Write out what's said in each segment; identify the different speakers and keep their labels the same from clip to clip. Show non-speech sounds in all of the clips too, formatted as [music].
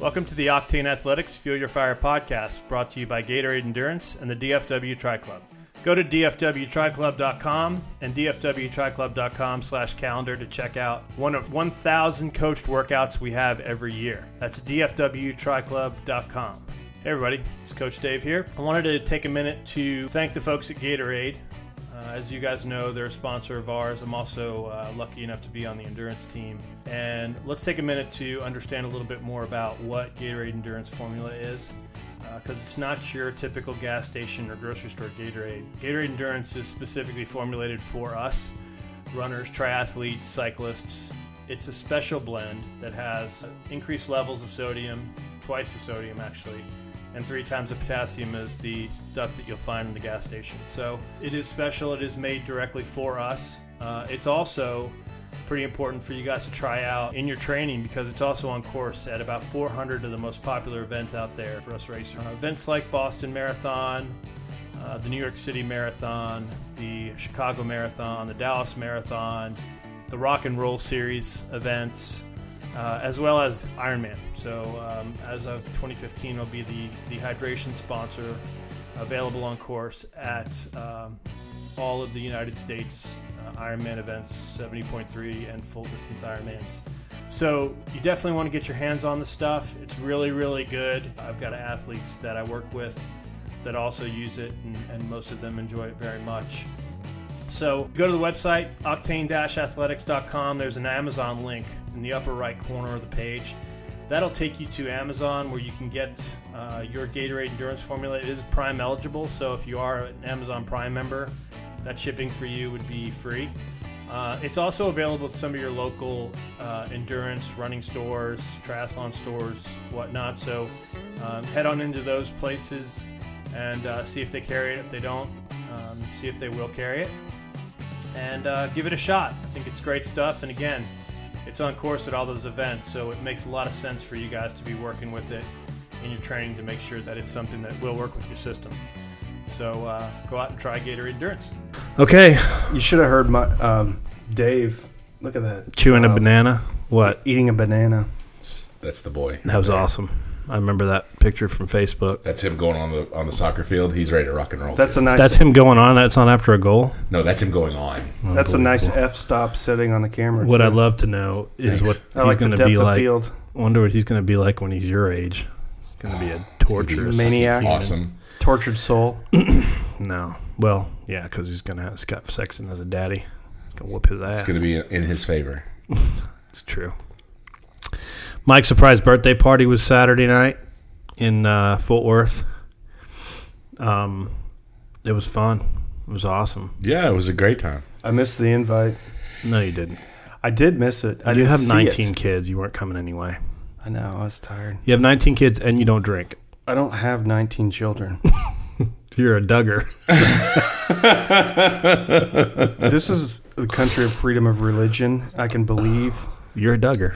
Speaker 1: Welcome to the Octane Athletics Fuel Your Fire podcast, brought to you by Gatorade Endurance and the DFW Tri Club. Go to dfwtriclub.com and dfwtriclub.com slash calendar to check out one of 1,000 coached workouts we have every year. That's dfwtriclub.com. Hey everybody, it's Coach Dave here. I wanted to take a minute to thank the folks at Gatorade. Uh, as you guys know, they're a sponsor of ours. I'm also uh, lucky enough to be on the endurance team. And let's take a minute to understand a little bit more about what Gatorade Endurance Formula is, because it's not your typical gas station or grocery store Gatorade. Gatorade Endurance is specifically formulated for us runners, triathletes, cyclists. It's a special blend that has increased levels of sodium, twice the sodium actually, and three times the potassium is the stuff that you'll find in the gas station. So it is special. It is made directly for us. Uh, it's also pretty important for you guys to try out in your training because it's also on course at about 400 of the most popular events out there for us racers. Uh, events like Boston Marathon, uh, the New York City Marathon, the Chicago Marathon, the Dallas Marathon, the Rock and Roll Series events, uh, as well as Ironman. So um, as of 2015, will be the the hydration sponsor, available on course at um, all of the United States uh, Ironman events, 70.3 and full distance Ironmans. So you definitely want to get your hands on the stuff. It's really really good. I've got athletes that I work with that also use it, and, and most of them enjoy it very much. So go to the website, octane-athletics.com. There's an Amazon link in the upper right corner of the page. That'll take you to Amazon where you can get uh, your Gatorade Endurance Formula. It is Prime eligible, so if you are an Amazon Prime member, that shipping for you would be free. Uh, it's also available at some of your local uh, endurance running stores, triathlon stores, whatnot. So um, head on into those places and uh, see if they carry it. If they don't, um, see if they will carry it and uh, give it a shot. I think it's great stuff. And again, it's on course at all those events, so it makes a lot of sense for you guys to be working with it in your training to make sure that it's something that will work with your system. So uh, go out and try Gatorade Endurance.
Speaker 2: Okay,
Speaker 3: You should have heard my um, Dave. Look at that.
Speaker 2: chewing a
Speaker 3: Wow.
Speaker 2: banana. What?
Speaker 3: Eating a banana.
Speaker 4: That's the boy.
Speaker 2: That was awesome. I remember that picture from Facebook.
Speaker 4: That's him going on the on the soccer field. He's ready to rock and roll.
Speaker 3: That's a nice.
Speaker 2: That's
Speaker 3: That's,
Speaker 2: him going on. That's not after a goal.
Speaker 4: no, that's him going on.
Speaker 3: a nice
Speaker 2: Unbelievable.
Speaker 3: f stop sitting on the camera.
Speaker 2: What
Speaker 3: too.
Speaker 2: I'd love to know is
Speaker 4: Thanks.
Speaker 2: what
Speaker 3: I
Speaker 2: he's
Speaker 3: like the
Speaker 2: going to
Speaker 3: depth
Speaker 2: be
Speaker 3: of
Speaker 2: like.
Speaker 3: field.
Speaker 2: Wonder what he's going to be like when he's your age. It's going to be a torturous
Speaker 3: maniac.
Speaker 2: human.
Speaker 4: Awesome.
Speaker 3: Tortured soul.
Speaker 2: No, well, yeah, because he's going to have Scott Sexton as a daddy. He's going to whoop his ass.
Speaker 4: It's going to be in his favor.
Speaker 2: It's true. Mike's surprise birthday party was Saturday night in uh, Fort Worth. Um, it was fun. It was awesome.
Speaker 4: Yeah, it was a great time.
Speaker 3: I missed the invite.
Speaker 2: No, you didn't.
Speaker 3: I did miss it. I
Speaker 2: you
Speaker 3: didn't
Speaker 2: have
Speaker 3: see
Speaker 2: 19
Speaker 3: It.
Speaker 2: kids. You weren't coming anyway.
Speaker 3: I know. I was tired.
Speaker 2: You have 19 kids and you don't drink.
Speaker 3: I don't have 19 children. [laughs]
Speaker 2: You're a Duggar.
Speaker 3: this is the country of freedom of religion. I can believe.
Speaker 2: [laughs] You're a Duggar.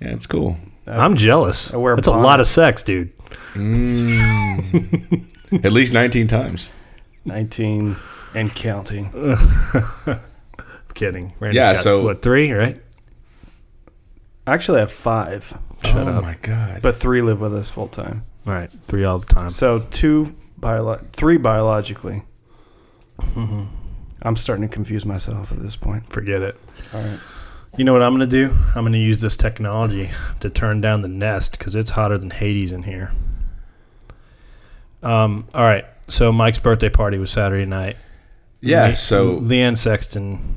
Speaker 4: Yeah, it's cool.
Speaker 2: I'm jealous.
Speaker 3: I wear a
Speaker 2: That's a
Speaker 3: bonnet.
Speaker 2: lot of sex, dude.
Speaker 4: Mm. [laughs] At least 19 times.
Speaker 3: 19 and counting.
Speaker 2: I'm kidding. Randy's
Speaker 4: Yeah,
Speaker 2: got,
Speaker 4: so-
Speaker 2: what three? Right?
Speaker 3: Actually, I have five,
Speaker 2: Shut
Speaker 4: oh
Speaker 2: up.
Speaker 4: my god.
Speaker 3: but three live with us full time.
Speaker 2: All right, three all the time.
Speaker 3: So two bio, three biologically.
Speaker 1: Mm-hmm.
Speaker 3: I'm starting to confuse myself at this point.
Speaker 2: Forget it.
Speaker 3: All right.
Speaker 2: You know what I'm going to do? I'm going to use this technology to turn down the nest because it's hotter than Hades in here. Um, all right. So Mike's birthday party was Saturday night.
Speaker 4: Yeah,
Speaker 2: Le-
Speaker 4: so
Speaker 2: Leanne Sexton.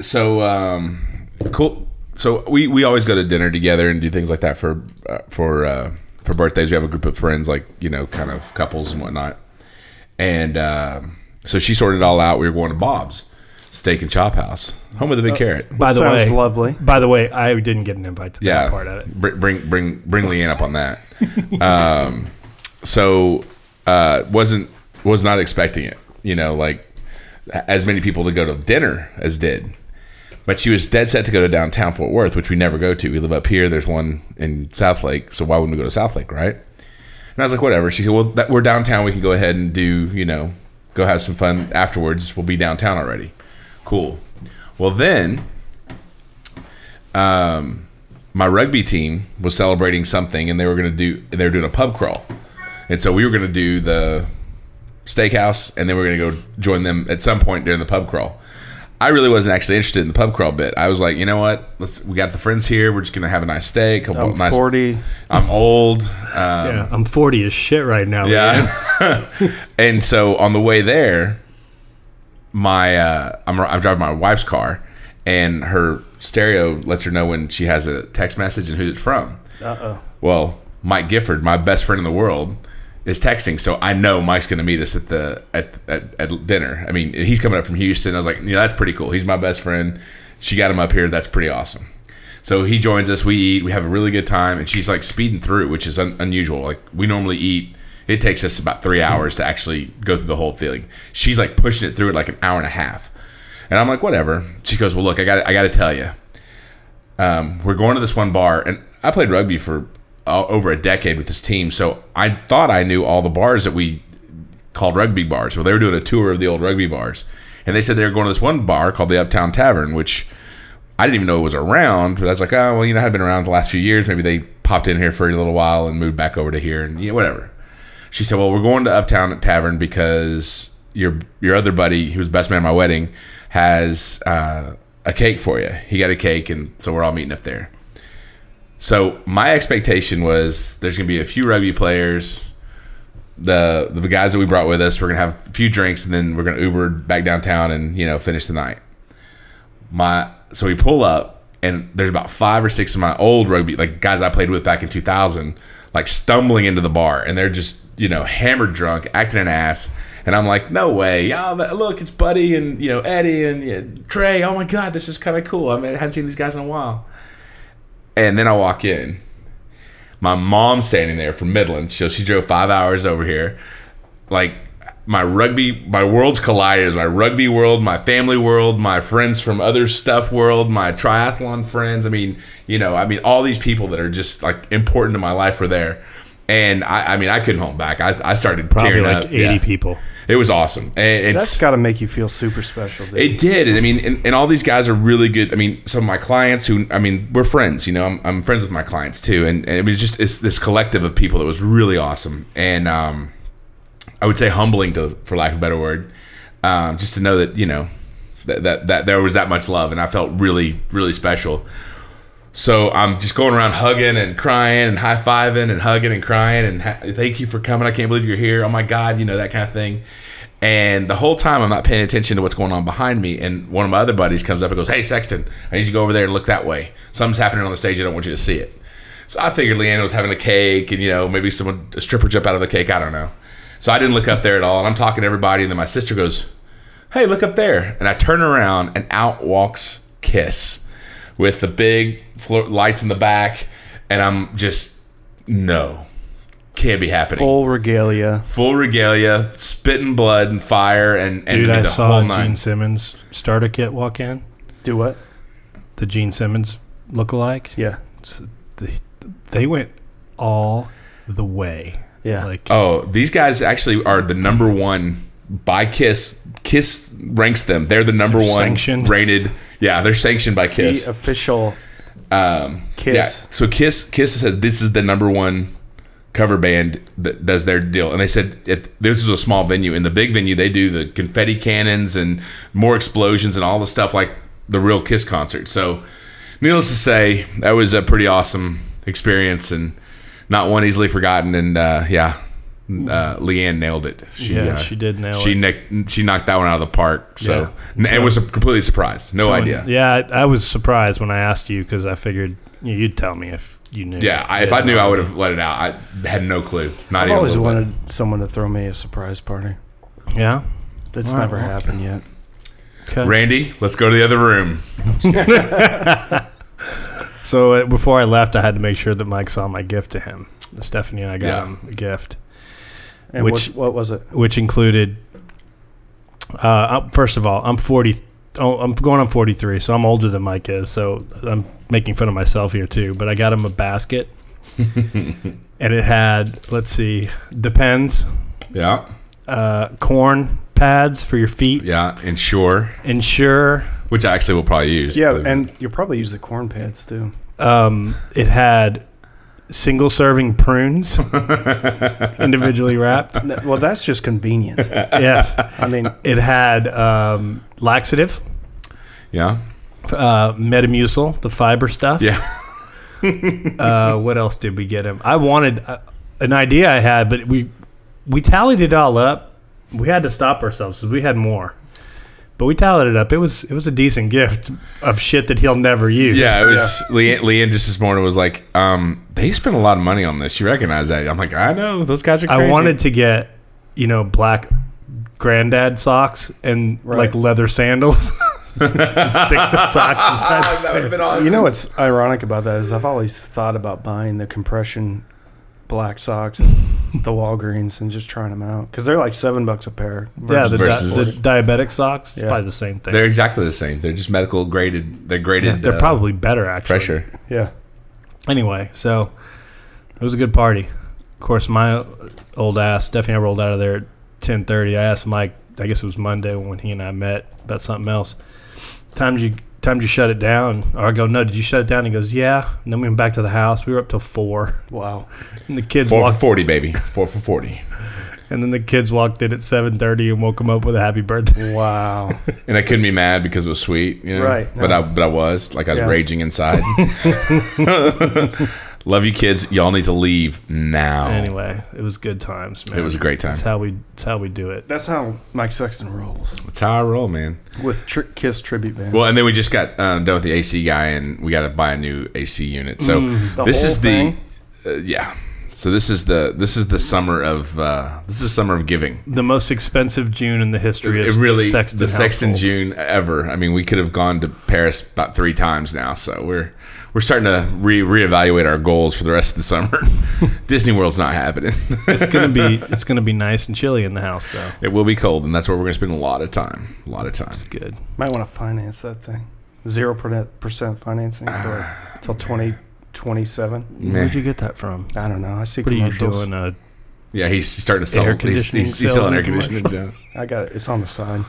Speaker 4: so um cool. So we we always go to dinner together and do things like that for uh, for uh for birthdays. We have a group of friends like, you know, kind of couples and whatnot. And uh, so she sorted it all out. We were going to Bob's Steak and Chop House, home of the big carrot.
Speaker 2: By the
Speaker 3: Sounds
Speaker 2: way,
Speaker 3: lovely.
Speaker 2: by the way, I didn't get an invite to that part of it.
Speaker 4: Br- Bring bring bring Leanne up on that. [laughs] um, so uh, wasn't was not expecting it. You know, like a- as many people to go to dinner as did. But she was dead set to go to downtown Fort Worth, which we never go to. We live up here. There's one in Southlake, so why wouldn't we go to Southlake, right? And I was like, whatever. She said, well, that, we're downtown. We can go ahead and do, you know, go have some fun afterwards. We'll be downtown already. Cool. Well, then my rugby team was celebrating something, and they were going to do they were doing a pub crawl, and so we were going to do the steakhouse, and then we are going to go join them at some point during the pub crawl. I really wasn't actually interested in the pub crawl bit. I was like, you know what? Let's we got the friends here. We're just going to have a nice steak. A
Speaker 3: I'm
Speaker 4: Oh, nice,
Speaker 3: 40.
Speaker 4: I'm old. Um,
Speaker 1: Yeah, I'm 40 as shit right now. man.
Speaker 4: yeah. [laughs] and so on the way there, my uh, I'm I'm driving my wife's car, and her stereo lets her know when she has a text message and who it's from.
Speaker 3: Uh oh.
Speaker 4: Well, Mike Gifford, my best friend in the world, is texting, so I know Mike's going to meet us at the at, at at dinner. I mean, he's coming up from Houston. I was like, you know, that's pretty cool. He's my best friend. She got him up here. That's pretty awesome. So he joins us. We eat. We have a really good time, and she's like speeding through, which is un- unusual. Like we normally eat. It takes us about three hours to actually go through the whole thing. She's like pushing it through at like an hour and a half, and I'm like, whatever. She goes, well, look, I got I got to tell you, um, we're going to this one bar, and I played rugby for uh, over a decade with this team, so I thought I knew all the bars that we called rugby bars. Well, they were doing a tour of the old rugby bars, and they said they were going to this one bar called the Uptown Tavern, which I didn't even know it was around. But I was like, oh, well, you know, I've been around the last few years. Maybe they popped in here for a little while and moved back over to here, and you know, whatever. She said, well, we're going to Uptown Tavern because your your other buddy, who was best man at my wedding, has uh, a cake for you. He got a cake, and so we're all meeting up there. So my expectation was there's going to be a few rugby players, the the guys that we brought with us. We're going to have a few drinks, and then we're going to Uber back downtown and you know finish the night. My so we pull up, and there's about five or six of my old rugby like guys I played with back in 2000, like stumbling into the bar, and they're just you know hammered, drunk, acting an ass. And I'm like, no way, y'all! Look, it's Buddy and you know Eddie and you know, Trey. Oh my God, this is kind of cool. I, mean, I hadn't seen these guys in a while. And then I walk in. My mom's standing there from Midland. So she drove five hours over here. Like my rugby, my worlds collided. My rugby world, my family world, my friends from other stuff world, my triathlon friends. I mean, you know, I mean, all these people that are just like important to my life were there. And I, I mean, I couldn't hold back. I, I started
Speaker 1: Probably
Speaker 4: tearing
Speaker 1: like
Speaker 4: up.
Speaker 1: 80
Speaker 4: Yeah.
Speaker 1: people.
Speaker 4: It was awesome. And it's,
Speaker 3: That's got to make you feel super special, dude.
Speaker 4: it did. And I mean, and, and all these guys are really good. I mean, some of my clients who, I mean, we're friends, you know, I'm, I'm friends with my clients too. And, and it was just, it's this collective of people that was really awesome. And, um, I would say humbling to, for lack of a better word, um, just to know that, you know, that, that, that there was that much love and I felt really, really special. So I'm just going around hugging and crying and high fiving and hugging and crying and ha- thank you for coming. I can't believe you're here. Oh my God, you know, that kind of thing. And the whole time I'm not paying attention to what's going on behind me. And one of my other buddies comes up and goes, Hey, Sexton, I need you to go over there and look that way. Something's happening on the stage. I don't want you to see it. So I figured Leanna was having a cake and, you know, maybe someone, a stripper jumped out of the cake. I don't know. So I didn't look up there at all. And I'm talking to everybody. And then my sister goes, Hey, look up there. And I turn around and out walks Kiss with the big floor, lights in the back, and I'm just no, can't be happening. Full,
Speaker 3: Full regalia.
Speaker 4: regalia, spitting blood and fire, and, and
Speaker 1: Dude,
Speaker 4: the
Speaker 1: I saw
Speaker 4: whole
Speaker 1: Gene
Speaker 4: nine.
Speaker 1: Simmons starter kit walk in.
Speaker 3: Do what?
Speaker 1: The Gene Simmons lookalike.
Speaker 3: Yeah.
Speaker 1: It's- they- They went all the way.
Speaker 3: Yeah.
Speaker 1: Like,
Speaker 4: Oh, these guys actually are the number one by Kiss. Kiss ranks them. They're the number
Speaker 1: They're
Speaker 4: one
Speaker 1: sanctioned.
Speaker 4: rated. Yeah, they're sanctioned by Kiss.
Speaker 3: The official
Speaker 4: Um,
Speaker 3: Kiss.
Speaker 4: Yeah. So Kiss Kiss says this is the number one cover band that does their deal, and they said it, this is a small venue. In the big venue, they do the confetti cannons and more explosions and all the stuff like the real Kiss concert. So, needless to say, that was a pretty awesome experience and not one easily forgotten. And uh, yeah. Uh, Leanne nailed it. She,
Speaker 1: Yeah,
Speaker 4: uh,
Speaker 1: she did nail
Speaker 4: she
Speaker 1: it.
Speaker 4: nick- she knocked that one out of the park. So,
Speaker 1: Yeah.
Speaker 4: and it was a completely surprised. No
Speaker 1: when-
Speaker 4: idea.
Speaker 1: Yeah, I, I was surprised when I asked you because I figured you know, you'd tell me if you knew.
Speaker 4: Yeah, I, if I knew, I would have let it out. I had no clue. Not
Speaker 3: I've
Speaker 4: even.
Speaker 3: always
Speaker 4: a little bit.
Speaker 3: wanted someone to throw me a surprise party.
Speaker 1: Yeah.
Speaker 3: That's
Speaker 1: All right,
Speaker 3: never
Speaker 1: well.
Speaker 3: happened yet.
Speaker 1: Okay.
Speaker 4: Randy, let's go to the other room.
Speaker 1: So uh, before I left, I had to make sure that Mike saw my gift to him. Stephanie and I got
Speaker 4: Yeah.
Speaker 1: him a gift,
Speaker 3: And
Speaker 1: Which-
Speaker 3: what, what was it?
Speaker 1: which included. Uh, uh, first of all, I'm 40. Oh, I'm going on 43, so I'm older than Mike is. So I'm making fun of myself here too. But I got him a
Speaker 4: [laughs]
Speaker 1: basket, and it had let's see, depends,
Speaker 4: Yeah,
Speaker 1: uh, corn pads for your feet,
Speaker 4: yeah, and sure,
Speaker 1: Ensure.
Speaker 4: which I actually will probably use.
Speaker 3: Yeah,
Speaker 4: But-
Speaker 3: and you'll probably use the corn pads too.
Speaker 1: um, it had single serving
Speaker 4: [laughs]
Speaker 1: prunes, individually wrapped.
Speaker 3: No, Well, that's just
Speaker 4: [laughs]
Speaker 3: convenient.
Speaker 1: Yes,
Speaker 3: I mean,
Speaker 1: it had um, laxative,
Speaker 4: Yeah.
Speaker 1: uh, Metamucil, the fiber stuff.
Speaker 4: Yeah.
Speaker 1: Uh, what else did we get him? I wanted uh, an idea I had, but we we tallied it all up. We had to stop ourselves because we had more. But we tallied it up. It was it was a decent gift of shit that he'll never use.
Speaker 4: Yeah. It was Leanne, Leanne just this morning was like, um, they spent a lot of money on this. You recognize that. I'm like, I know. Those guys are crazy.
Speaker 1: I wanted to get, you know, black granddad socks and like
Speaker 3: Right.
Speaker 1: leather sandals. [laughs] and stick the
Speaker 3: [laughs]
Speaker 1: socks inside the sandals.
Speaker 3: you know what's ironic about that is I've always thought about buying the compression black socks, and the Walgreens, and just trying them out because they're like seven bucks a pair.
Speaker 1: Yeah, the, di-
Speaker 4: versus-
Speaker 1: the diabetic socks. It's
Speaker 3: Yeah.
Speaker 1: probably the same thing.
Speaker 4: They're
Speaker 1: They're,
Speaker 4: exactly the same. They're just medical graded. They're graded. uh,
Speaker 1: probably better actually.
Speaker 4: pressure.
Speaker 3: Yeah,
Speaker 1: Anyway, so it was a good party. Of course, my old ass definitely rolled out of there at ten thirty. I asked Mike. I guess it was Monday when he and I met about something else. Times you times you shut it down, or I go, no, did you shut it down? He goes, yeah. And then we went back to the house. We were up till four, [laughs]
Speaker 3: wow.
Speaker 1: and the kids
Speaker 4: Four
Speaker 1: walked.
Speaker 4: for forty, baby. Four for forty.
Speaker 1: And then the kids walked in at seven thirty and woke him up with a happy birthday.
Speaker 3: Wow.
Speaker 4: And I couldn't be mad because it was sweet, you know?
Speaker 3: Right, no.
Speaker 4: But I but I was like I was
Speaker 3: Yeah. [laughs]
Speaker 4: raging inside. [laughs] Love you, kids. Y'all need to leave now.
Speaker 1: [laughs] Anyway, it was good times, man.
Speaker 4: It was a great time.
Speaker 1: That's how we. That's how we do it.
Speaker 3: [laughs] That's how Mike Sexton rolls
Speaker 4: That's how I roll, man.
Speaker 3: with tri- Kiss tribute band.
Speaker 4: Well, and then we just got um, done with the AC guy, and we got to buy a new AC unit. So
Speaker 3: Mm, The
Speaker 4: this
Speaker 3: whole
Speaker 4: is
Speaker 3: thing?
Speaker 4: the uh, yeah. So this is the this is the summer of uh, this is summer of giving.
Speaker 1: The most expensive June in the history of
Speaker 4: It really
Speaker 1: Sexton
Speaker 4: the Sexton
Speaker 1: household.
Speaker 4: June ever. I mean, we could have gone to Paris about three times now. So we're we're starting to re reevaluate our goals for the rest of the summer. [laughs] Disney World's not happening.
Speaker 1: it's gonna be
Speaker 3: [laughs]
Speaker 1: it's gonna be nice and chilly in the house though.
Speaker 4: [laughs] it will be cold, and that's where we're going to spend a lot of time. A lot of time.
Speaker 1: Good.
Speaker 3: Might want to finance that thing. Zero percent financing until twenty twenty seven.
Speaker 4: Meh.
Speaker 1: Where'd you get that from?
Speaker 3: I don't know. I see
Speaker 1: What are you
Speaker 3: commercials.
Speaker 1: doing? Uh,
Speaker 4: Yeah, he's starting to sell.
Speaker 1: Air
Speaker 4: he's,
Speaker 1: conditioning
Speaker 4: he's, he's selling air
Speaker 1: salesman
Speaker 4: conditioning. down.
Speaker 3: I got it. It's on the side.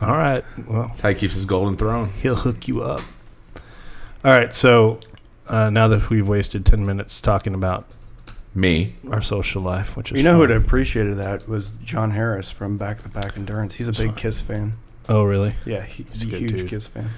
Speaker 1: all right. Well,
Speaker 4: That's how he keeps his golden throne.
Speaker 1: he'll hook you up. All right. So uh, now that we've wasted ten minutes talking about
Speaker 4: Me.
Speaker 1: our social life, which is
Speaker 3: You know who
Speaker 1: fun.
Speaker 3: would have appreciated that was John Harris from Back the Back Endurance. He's a big Kiss fan.
Speaker 1: Oh, really?
Speaker 3: Yeah, he's
Speaker 1: a
Speaker 3: a
Speaker 1: good
Speaker 3: huge
Speaker 1: dude.
Speaker 3: Kiss fan.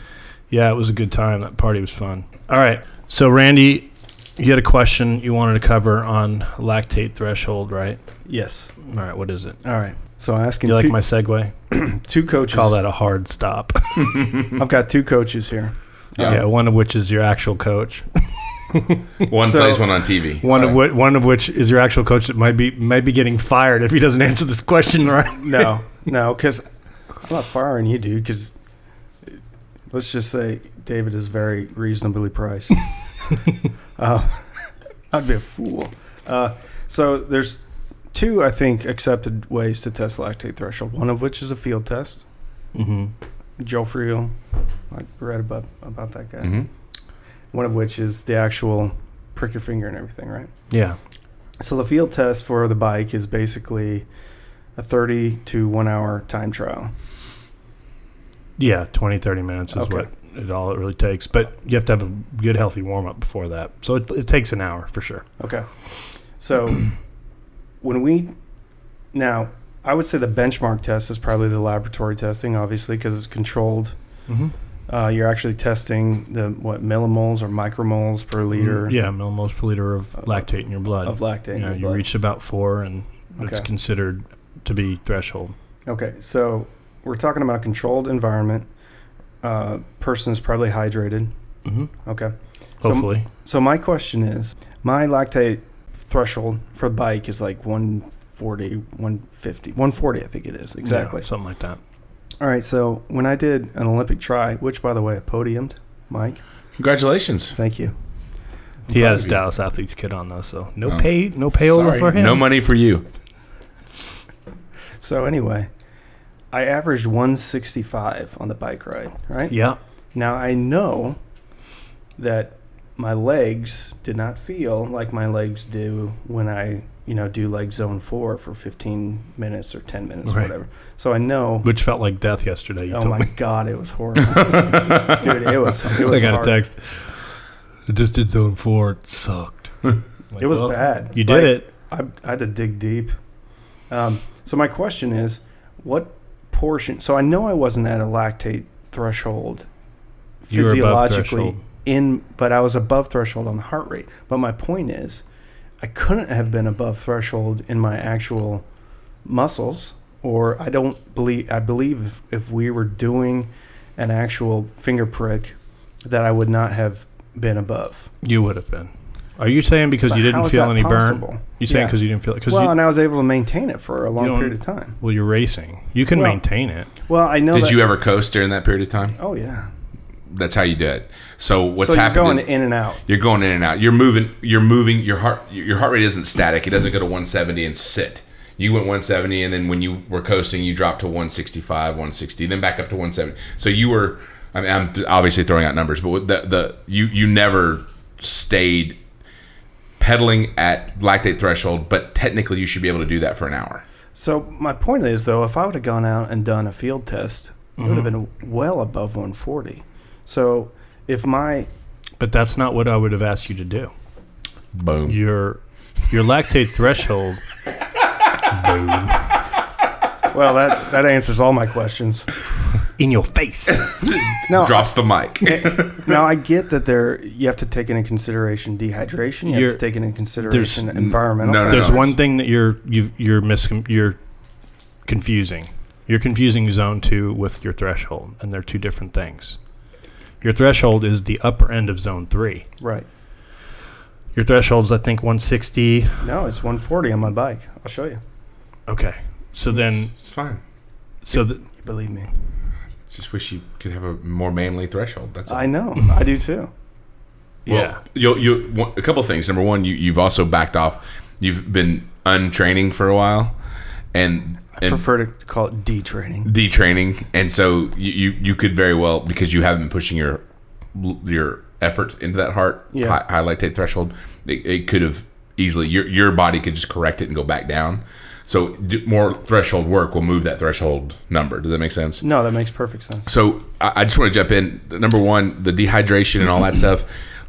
Speaker 1: Yeah, it was a good time. That party was fun. All right. So Randy, you had a question you wanted to cover on lactate threshold, right?
Speaker 3: Yes.
Speaker 1: All right. What is it?
Speaker 3: All right. So I'm asking
Speaker 1: You like
Speaker 3: two,
Speaker 1: my segue?
Speaker 3: two coaches.
Speaker 1: Call that a hard stop.
Speaker 3: I've got two coaches here.
Speaker 1: [laughs] yeah. One of which is your actual coach.
Speaker 4: [laughs] One
Speaker 3: So-
Speaker 4: plays one on TV.
Speaker 1: One of
Speaker 4: So-
Speaker 1: which, one of which is your actual coach that might be might be getting fired if he doesn't [laughs] answer this question right. [laughs]
Speaker 3: No, no, because I'm not firing you, dude. Because let's just say David is very
Speaker 1: [laughs]
Speaker 3: reasonably priced. uh, [laughs] I'd be a fool. Uh, so there's two, I think, accepted ways to test lactate threshold. One of which is a field test.
Speaker 1: Mm-hmm.
Speaker 3: Joe Friel, I read about about that guy.
Speaker 4: Mhm.
Speaker 3: One of which is the actual prick your finger and everything, right?
Speaker 1: Yeah,
Speaker 3: So the field test for the bike is basically a 30 to one hour time trial.
Speaker 1: yeah, 20, 30 minutes is
Speaker 3: Okay.
Speaker 1: what it all it really takes. But you have to have a good, healthy warm up before that. So it, it takes an hour for sure.
Speaker 3: Okay. So [clears throat] when we now, I would say the benchmark test is probably the laboratory testing, obviously, because it's controlled.
Speaker 1: Mhm.
Speaker 3: Uh, you're actually testing the what millimoles or micromoles per liter
Speaker 1: Mm, Mm-hmm. Yeah, millimoles per liter of lactate in your blood.
Speaker 3: of lactate.
Speaker 1: you
Speaker 3: in
Speaker 1: know,
Speaker 3: your
Speaker 1: you
Speaker 3: blood.
Speaker 1: reach about four, and it's
Speaker 3: Okay.
Speaker 1: considered to be threshold.
Speaker 3: Okay, so we're talking about a controlled environment. Uh, person is probably hydrated.
Speaker 1: Mhm.
Speaker 3: Okay. Mm-hmm. So-
Speaker 1: Hopefully,
Speaker 3: So my question is, my lactate threshold for bike is like 140, 150, 140 I think it is. Exactly.
Speaker 1: Yeah, something like that.
Speaker 3: All right, so when I did an Olympic try, which by the way, I podiumed, Mike.
Speaker 4: Congratulations.
Speaker 3: Thank you.
Speaker 1: He
Speaker 4: proud
Speaker 1: had
Speaker 4: of
Speaker 1: his
Speaker 4: you.
Speaker 1: Dallas athletes kit on though, so no
Speaker 4: Oh.
Speaker 1: pay, no payola
Speaker 4: Sorry,
Speaker 1: for him.
Speaker 4: No money for you.
Speaker 3: So anyway, I averaged 165 on the bike ride, right?
Speaker 1: Yeah,
Speaker 3: Now I know that my legs did not feel like my legs do when I, you know, do like zone four for 15 minutes or 10 minutes
Speaker 1: Right.
Speaker 3: or whatever. So I know.
Speaker 1: which felt like death yesterday. You
Speaker 3: oh
Speaker 1: told [laughs]
Speaker 3: my
Speaker 1: me.
Speaker 3: god, it was horrible, dude. It was. It was
Speaker 1: I got
Speaker 3: hard.
Speaker 1: a text.
Speaker 5: I just did zone four. It sucked. Like,
Speaker 3: [laughs] It was
Speaker 5: well,
Speaker 3: bad.
Speaker 1: You
Speaker 3: Like,
Speaker 1: did it.
Speaker 3: I, I had to dig deep. Um, so my question is, what portion? So I know I wasn't at a lactate threshold
Speaker 1: You were above
Speaker 3: physiologically
Speaker 1: threshold.
Speaker 3: in, but I was above threshold on the heart rate. But my point is, I couldn't have been above threshold in my actual muscles, or I don't believe. I believe if, if we were doing an actual finger prick, that I would not have been above.
Speaker 1: You would have been. Are you saying because
Speaker 3: But
Speaker 1: you
Speaker 3: how
Speaker 1: didn't
Speaker 3: is
Speaker 1: feel
Speaker 3: that
Speaker 1: any
Speaker 3: possible?
Speaker 1: burn? You saying
Speaker 3: Yeah.
Speaker 1: because you didn't feel it? Because
Speaker 3: Well,
Speaker 1: you,
Speaker 3: and I was able to maintain it for a long
Speaker 1: don't-
Speaker 3: period of time.
Speaker 1: well, you're racing. You can
Speaker 3: Well-
Speaker 1: maintain it.
Speaker 3: Well, I know.
Speaker 4: Did
Speaker 3: that,
Speaker 4: you ever coast during that period of time?
Speaker 3: Oh yeah.
Speaker 4: That's how you do it. So what's
Speaker 3: so
Speaker 4: happening?
Speaker 3: you're going in and out.
Speaker 4: you're going in and out. You're moving. You're moving. Your heart. Your heart rate isn't static. It doesn't go to 170 and sit. You went 170, and then when you were coasting, you dropped to 165, 160, then back up to 170. So you were. I mean, I'm th- obviously throwing out numbers, but with the the you you never stayed pedaling at lactate threshold, but technically you should be able to do that for an hour.
Speaker 3: So my point is though, if I would have gone out and done a field test, it would have
Speaker 4: Mm-hmm.
Speaker 3: been well above 140. So if my
Speaker 1: But that's not what I would have asked you to do.
Speaker 4: Boom.
Speaker 1: Your your lactate threshold. Boom.
Speaker 3: well, that that answers all my questions.
Speaker 1: in your
Speaker 3: [laughs]
Speaker 1: face.
Speaker 3: No,
Speaker 4: Drops the mic. [laughs]
Speaker 3: now I get that there you have to take into consideration dehydration. You
Speaker 1: You're-
Speaker 3: have to take into consideration
Speaker 1: n-
Speaker 3: environmental.
Speaker 4: no, no, no.
Speaker 1: There's
Speaker 3: factors.
Speaker 1: one thing that you're you've, you're mis you're confusing. You're confusing zone two with your threshold, and they're two different things. Your threshold is the upper end of zone three.
Speaker 3: right.
Speaker 1: Your threshold's I think 160.
Speaker 3: No, it's 140 on my bike. I'll show you.
Speaker 1: Okay, so then
Speaker 4: It's fine.
Speaker 1: so th-
Speaker 3: You believe me?
Speaker 4: Just wish you could have a more manly threshold. That's all.
Speaker 3: I know. I do too.
Speaker 4: Well,
Speaker 1: yeah,
Speaker 4: you you one- a couple things. Number one, you you've also backed off. You've been untraining for a while, and and
Speaker 3: Prefer to call it detraining.
Speaker 4: detraining, and so you, you you could very well because you haven't been pushing your your effort into that heart
Speaker 3: Yeah.
Speaker 4: high, high lactate threshold. It, it could have easily your your body could just correct it and go back down. So do, more threshold work will move that threshold number. Does that make sense?
Speaker 3: No, that makes perfect sense.
Speaker 4: So I, I just want to jump in. Number one, the dehydration and all that stuff.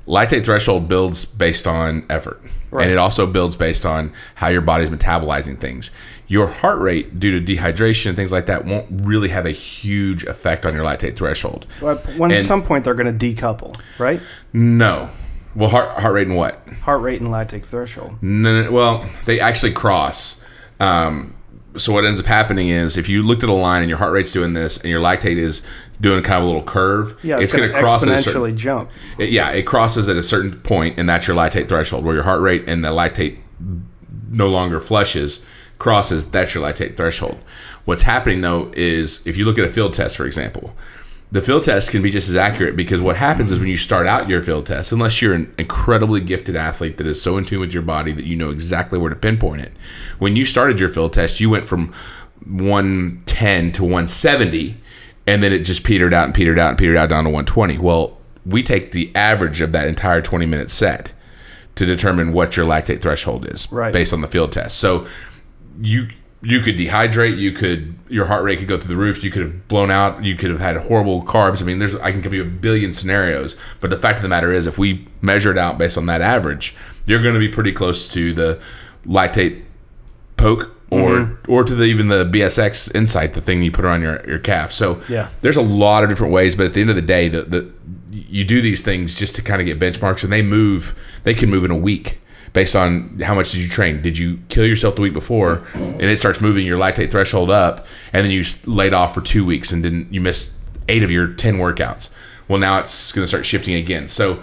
Speaker 4: Lactate threshold builds based on effort, and it also builds based on how your body's metabolizing things. Your heart rate due to dehydration and things like that won't really have a huge effect on your lactate threshold.
Speaker 3: But when at
Speaker 4: And-
Speaker 3: some point they're going to decouple, right?
Speaker 4: No. Well, heart heart rate and what?
Speaker 3: Heart rate and lactate threshold.
Speaker 4: No, no, well, they actually cross. Um, so what ends up happening is if you looked at a line and your heart rate's doing this and your lactate is doing kind of a little curve,
Speaker 3: Yeah, it's,
Speaker 4: gonna
Speaker 3: going to
Speaker 4: at a
Speaker 3: exponentially
Speaker 4: certain-
Speaker 3: jump.
Speaker 4: it- yeah, it crosses at a certain point, and that's your lactate threshold, where your heart rate and the lactate no longer flushes crosses. That's your lactate threshold. What's happening though is if you look at a field test, for example, the field test can be just as accurate because what happens is when you start out your field test, unless you're an incredibly gifted athlete that is so in tune with your body that you know exactly where to pinpoint it, when you started your field test, you went from 110 to 170 and then it just petered out and petered out and petered out down to 120. Well, we take the average of that entire 20 minute set to determine what your lactate threshold is
Speaker 3: Right.
Speaker 4: based on the field test. So you you could dehydrate, you could your heart rate could go through the roof, you could have blown out, you could have had horrible carbs. I mean, there's I can give you a billion scenarios, but the fact of the matter is if we measure it out based on that average, you're going to be pretty close to the lactate poke or
Speaker 3: Mm-hmm.
Speaker 4: or to the, even the BSX Insight, the thing you put around your, your calf. So
Speaker 3: Yeah.
Speaker 4: there's a lot of different ways, but at the end of the day, the, the you do these things just to kind of get benchmarks, and they move. They can move in a week based on how much did you train. Did you kill yourself the week before, and it starts moving your lactate threshold up, and then you s- laid off for two weeks and didn't you missed eight of your ten workouts? Well, now it's going to start shifting again. So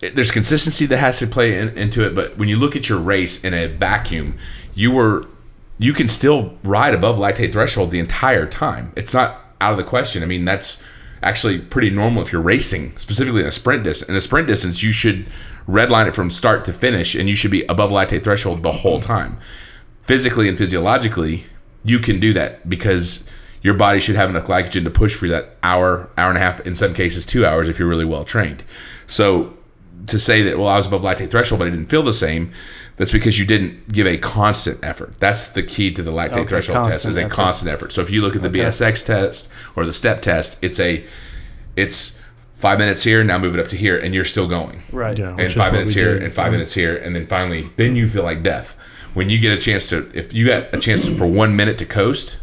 Speaker 4: it- there's consistency that has to play in, into it, but when you look at your race in a vacuum, you were you can still ride above lactate threshold the entire time. It's not out of the question. I mean, that's actually pretty normal if you're racing, specifically in a sprint distance. In a sprint distance, you should redline it from start to finish, and you should be above lactate threshold the whole time. Physically and physiologically, you can do that because your body should have enough glycogen to push for that hour, hour and a half, in some cases, two hours if you're really well trained. So to say that well I was above lactate threshold but it didn't feel the same that's because you didn't give a constant effort that's the key to the lactate
Speaker 3: Okay,
Speaker 4: threshold test is a
Speaker 3: constant effort.
Speaker 4: constant effort so if you look at the BSX test or the step test it's a it's five minutes here, now move it up to here, and you're still going.
Speaker 3: Right.
Speaker 1: Yeah.
Speaker 4: and
Speaker 1: which is
Speaker 4: five
Speaker 1: what
Speaker 4: minutes
Speaker 1: we
Speaker 4: here
Speaker 1: did.
Speaker 4: and five minutes here and then finally then you feel like death when you get a chance to if you got a chance for one minute to coast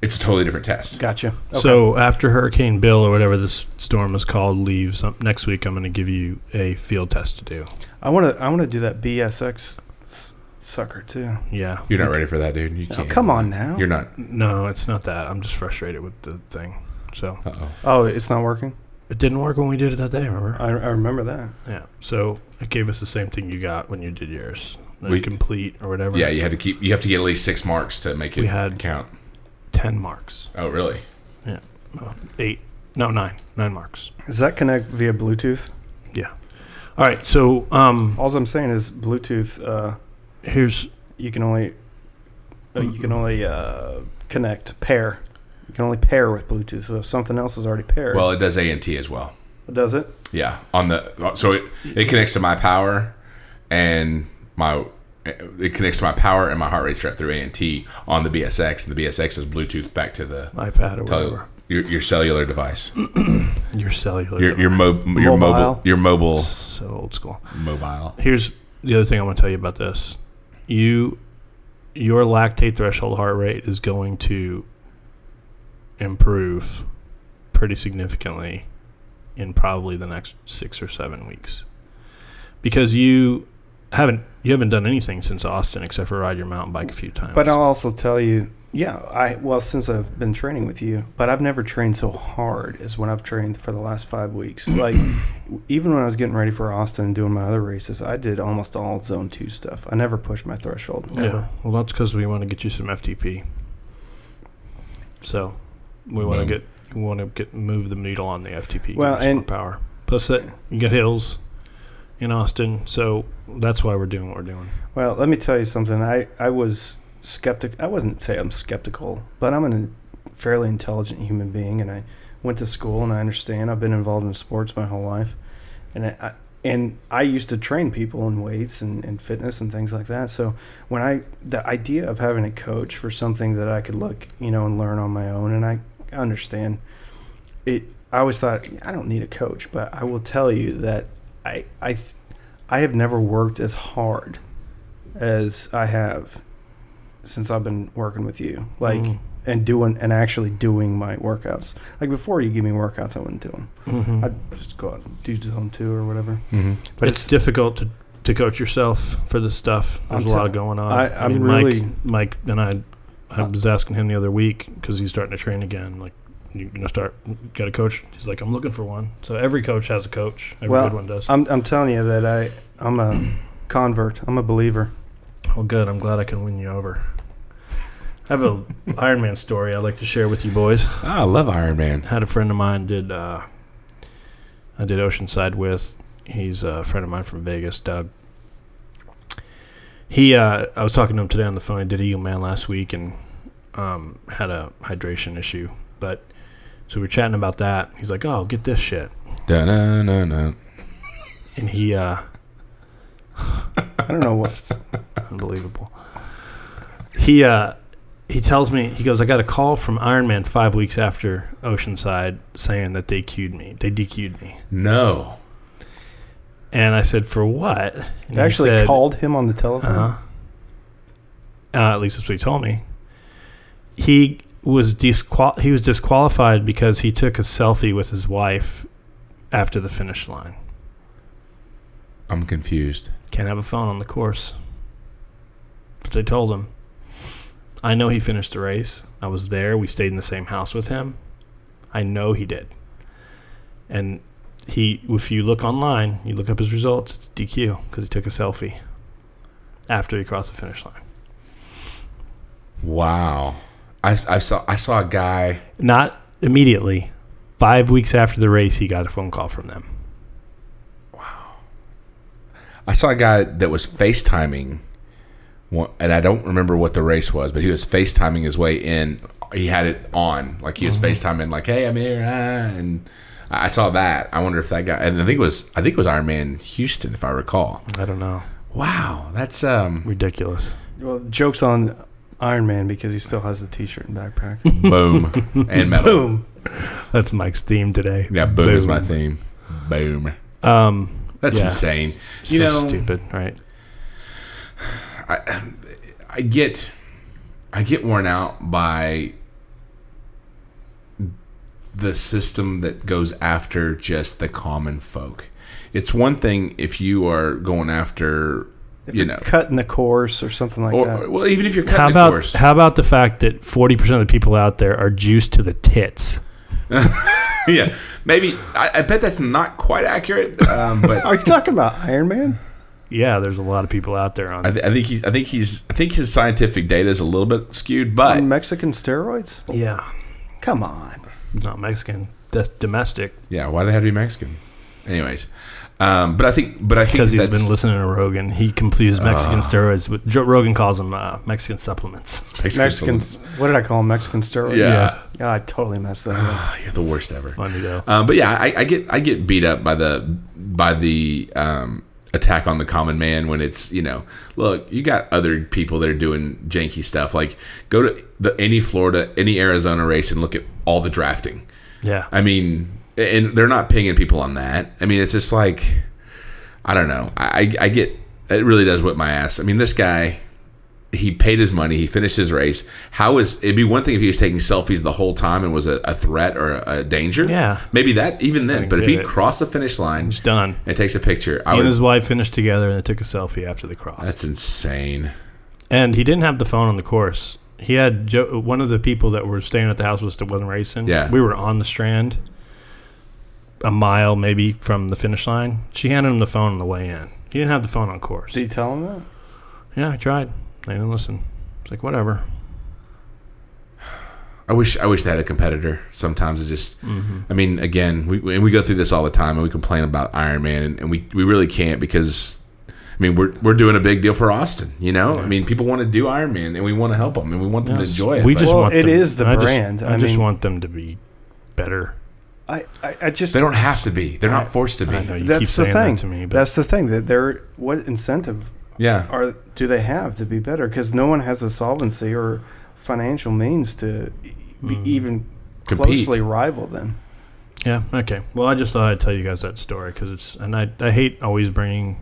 Speaker 4: it's a totally different test
Speaker 3: Gotcha. Okay.
Speaker 1: So after Hurricane Bill or whatever this storm is called leaves, um, next week I'm going to give you a field test to do.
Speaker 3: I want to I want to do that BSX s- sucker too.
Speaker 1: Yeah.
Speaker 4: you're not ready for that dude you can't
Speaker 3: Oh, come on now.
Speaker 4: you're not
Speaker 1: No, it's not that. I'm just frustrated with the thing. So
Speaker 4: uh-oh
Speaker 3: oh, it's not working.
Speaker 1: it didn't work when we did it that day. Remember?
Speaker 3: I, I remember that.
Speaker 1: Yeah. So it gave us the same thing you got when you did yours. The
Speaker 4: We-
Speaker 1: complete or whatever.
Speaker 4: yeah you had to keep you have to get at least six marks to make it
Speaker 1: We had-
Speaker 4: count
Speaker 1: ten marks.
Speaker 4: oh really
Speaker 1: Oh, eight. No, nine. Nine marks.
Speaker 3: Does that connect via Bluetooth?
Speaker 1: Yeah. All right. So um,
Speaker 3: All I'm saying is Bluetooth. Uh,
Speaker 1: here's
Speaker 3: you can only uh, you can only uh, connect pair. You can only pair with Bluetooth. So if something else is already paired,
Speaker 4: well it does a and t as well
Speaker 3: does it?
Speaker 4: yeah on the so it, it connects to my power and my it connects to my power and my heart rate strap through a and t on the bsx and the bsx is bluetooth back to the
Speaker 1: iPad or
Speaker 4: tele-
Speaker 1: whatever.
Speaker 4: your, your cellular device
Speaker 1: Your cellular.
Speaker 4: your your,
Speaker 1: device.
Speaker 4: mo- your mobile
Speaker 3: Mobile.
Speaker 4: your mobile
Speaker 1: so old school.
Speaker 4: mobile
Speaker 1: Here's the other thing I want to tell you about this. You, your lactate threshold heart rate is going to improve pretty significantly in probably the next six or seven weeks because you haven't you haven't done anything since Austin except for ride your mountain bike a few times.
Speaker 3: But I'll also tell you, yeah, I well since I've been training with you, but I've never trained so hard as when I've trained for the last five weeks. like even when I was getting ready for Austin and doing my other races, I did almost all zone two stuff. I never pushed my threshold.
Speaker 1: yeah, well that's because we want to get you some FTP. So we want to
Speaker 4: Boom.
Speaker 1: get we want to get move the needle on the FTP.
Speaker 3: Well,
Speaker 1: give us more
Speaker 3: and-
Speaker 1: power. Plus that you got hills in Austin, so that's why we're doing what we're doing.
Speaker 3: Well, let me tell you something. I, I was skeptic. I wasn't say I'm skeptical, but I'm an fairly intelligent human being, and I went to school and I understand. I've been involved in sports my whole life, and I, I and I used to train people in weights and, and fitness and things like that. So when I the idea of having a coach for something that I could look you know and learn on my own, and I understand it. I always thought I don't need a coach, but I will tell you that I I th- I have never worked as hard as I have since I've been working with you. Like
Speaker 1: Mm.
Speaker 3: and doing and actually doing my workouts. Like before, you give me workouts, I wouldn't do them.
Speaker 1: Mm-hmm.
Speaker 3: I'd just go out and do zone two or whatever.
Speaker 4: mm-hmm.
Speaker 1: but it's, difficult to, to coach yourself for this stuff. There's
Speaker 3: I'm
Speaker 1: a lot
Speaker 3: tell-
Speaker 1: of going on.
Speaker 3: I- I'm
Speaker 1: Mike-
Speaker 3: really- Uh,
Speaker 1: Mike, and I. I was asking him the other week because he's starting to train again. Like, you gonna start? Got a coach? He's like, I'm looking for one. So every coach has a coach. Every
Speaker 3: Well,
Speaker 1: good one does.
Speaker 3: I'm I'm telling you that I I'm a
Speaker 4: [clears throat]
Speaker 3: convert. I'm a believer.
Speaker 1: Well, good. I'm glad I can win you over. I have a Iron Man story I'd like to share with you boys.
Speaker 4: Ah, i love iron man
Speaker 1: had a friend of mine did uh, I did Oceanside with. He's a friend of mine from Vegas, Doug. He uh, I was talking to him today on the phone. I did Eagle Man last week and um, had a hydration issue, but so we were chatting about that. He's like, "Oh, get this shit,"
Speaker 4: Dun-dun-dun-dun.
Speaker 1: and he uh,
Speaker 3: I don't know
Speaker 4: [laughs]
Speaker 3: what.
Speaker 1: Unbelievable. He uh, he tells me he goes. I got a call from Iron Man five weeks after Oceanside saying that they queued me. They DQ'd me,
Speaker 4: no
Speaker 1: and I said for what? And
Speaker 3: They actually called him on the telephone.
Speaker 1: Uh-huh. Uh, at least that's what he told me. He was disqual he was disqualified because he took a selfie with his wife after the finish line.
Speaker 4: i'm confused
Speaker 1: Can't have a phone on the course. But they told him. I know he finished the race. I was there. We stayed in the same house with him. I know he did. And he, if you look online, you look up his results, it's DQ because he took a selfie after he crossed the finish line.
Speaker 4: wow I, I saw i saw a guy
Speaker 1: Not immediately. Five weeks after the race, he got a phone call from them.
Speaker 4: i saw a guy that was facetiming one- and i don't remember what the race was but he was facetiming his way in he had it on like he was facetiming like hey i'm here ah, and i I saw that i wonder if that guy and i think it was i think it was iron man houston if i recall
Speaker 1: I don't know.
Speaker 4: wow that's um
Speaker 1: Ridiculous.
Speaker 3: Well, jokes on Iron Man because he still has the T-shirt and backpack.
Speaker 4: boom [laughs] and metal
Speaker 3: Boom.
Speaker 1: That's Mike's theme today.
Speaker 4: Yeah, boom, is my theme. Boom.
Speaker 1: Um,
Speaker 4: That's
Speaker 1: Yeah.
Speaker 4: insane.
Speaker 1: so
Speaker 4: you know,
Speaker 1: stupid, right?
Speaker 4: I, I get, I get worn out by the system that goes after just the common folk. It's one thing if you are going after, you know,
Speaker 3: cutting the course or something like
Speaker 4: or,
Speaker 3: that.
Speaker 4: or- well, even if you're cutting
Speaker 1: How
Speaker 4: the
Speaker 1: about
Speaker 4: course,
Speaker 1: how about the fact that forty percent of the people out there are juiced to the tits?
Speaker 4: [laughs] yeah, maybe I, I bet that's not quite accurate,
Speaker 1: [laughs]
Speaker 4: um, but
Speaker 3: Are you talking about Iron
Speaker 4: [laughs]
Speaker 3: Man?
Speaker 1: Yeah, there's a lot of people out there on.
Speaker 4: I, th- I think he, I think he's, I think his scientific data is a little bit skewed, but
Speaker 3: On Mexican steroids?
Speaker 1: yeah,
Speaker 3: Come on.
Speaker 1: it's not Mexican. That's domestic
Speaker 4: yeah, why did it have to be Mexican? Anyways, um, but I think, but I think
Speaker 1: because he's
Speaker 4: that's- Ah.
Speaker 1: been listening to Rogan. He confused Mexican steroids with Joe Rogan calls them uh, Mexican supplements.
Speaker 3: Mexican.
Speaker 4: salons.
Speaker 3: What did I call them? Mexican steroids?
Speaker 4: Yeah.
Speaker 3: Yeah, I totally messed that up.
Speaker 4: Oh, you're the worst ever.
Speaker 1: Funny though.
Speaker 4: Um, but yeah, [laughs] I, I get I get beat up by the by the um, attack on the common man when it's you know look you got other people that are doing janky stuff like go to the any Florida any Arizona race and look at all the drafting.
Speaker 1: Yeah,
Speaker 4: I mean, and they're not pinging people on that. I mean, it's just like I don't know. I I get it really does whip my ass. I mean, this guy. He paid his money. He finished his race. How is it'd be one thing if he was taking selfies the whole time and was a, a threat or a, a danger?
Speaker 1: Yeah.
Speaker 4: maybe that even then. But if
Speaker 1: get
Speaker 4: he
Speaker 1: it.
Speaker 4: crossed the finish line
Speaker 1: it's done.
Speaker 4: and takes a picture, I
Speaker 1: He and
Speaker 4: would.
Speaker 1: his wife finished together and they took a selfie after the cross.
Speaker 4: That's insane.
Speaker 1: and he didn't have the phone on the course. He had Joe, one of the people that were staying at the house was the one racing.
Speaker 4: Yeah.
Speaker 1: we were on the strand, a mile maybe from the finish line. She handed him the phone on the way in. He didn't have the phone on course.
Speaker 3: Did you tell him that?
Speaker 1: yeah, I tried. They didn't listen. It's like whatever.
Speaker 4: I wish I wish they had a competitor. Sometimes it just, I mean, again, we we- and we go through this all the time, and we complain about Iron Man, and, and we we really can't because, I mean, we're we're doing a big deal for Austin. You know, I mean, people want to do Iron Man, and we want to help them, and we want them to enjoy it.
Speaker 1: We
Speaker 4: but
Speaker 1: just
Speaker 3: Well,
Speaker 1: want
Speaker 3: it
Speaker 1: them-
Speaker 3: is the
Speaker 1: I just-
Speaker 3: brand.
Speaker 1: I,
Speaker 3: I
Speaker 1: just
Speaker 3: mean-
Speaker 1: want them to be better.
Speaker 3: I, I, I just.
Speaker 4: they don't have to be. They're not forced to be.
Speaker 1: I know you keep
Speaker 3: that's the
Speaker 1: saying
Speaker 3: thing.
Speaker 1: that to me, but
Speaker 3: that's the thing. That they're what incentive
Speaker 4: Yeah,
Speaker 3: are do they have to be better? Because no one has the solvency or financial means to e- be
Speaker 1: Mm-hmm.
Speaker 3: even
Speaker 4: Compete.
Speaker 3: closely rival them.
Speaker 1: Yeah. Okay. Well, I just thought I'd tell you guys that story because it's, and I, I hate always bringing,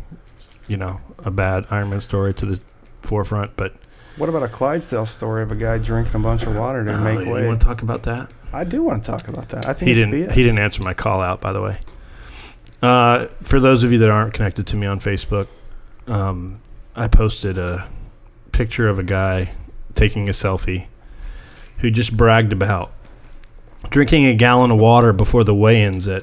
Speaker 1: you know, a bad Iron Man story to the forefront, but
Speaker 3: What about a Clydesdale story of a guy drinking a bunch of water to
Speaker 1: Oh,
Speaker 3: make
Speaker 1: you
Speaker 3: way?
Speaker 1: want to talk about that?
Speaker 3: I do want to talk about that. I think
Speaker 1: He
Speaker 3: it's
Speaker 1: didn't.
Speaker 3: BS.
Speaker 1: He didn't answer my call out, by the way. Uh, for those of you that aren't connected to me on Facebook, um, I posted a picture of a guy taking a selfie who just bragged about drinking a gallon of water before the weigh-ins at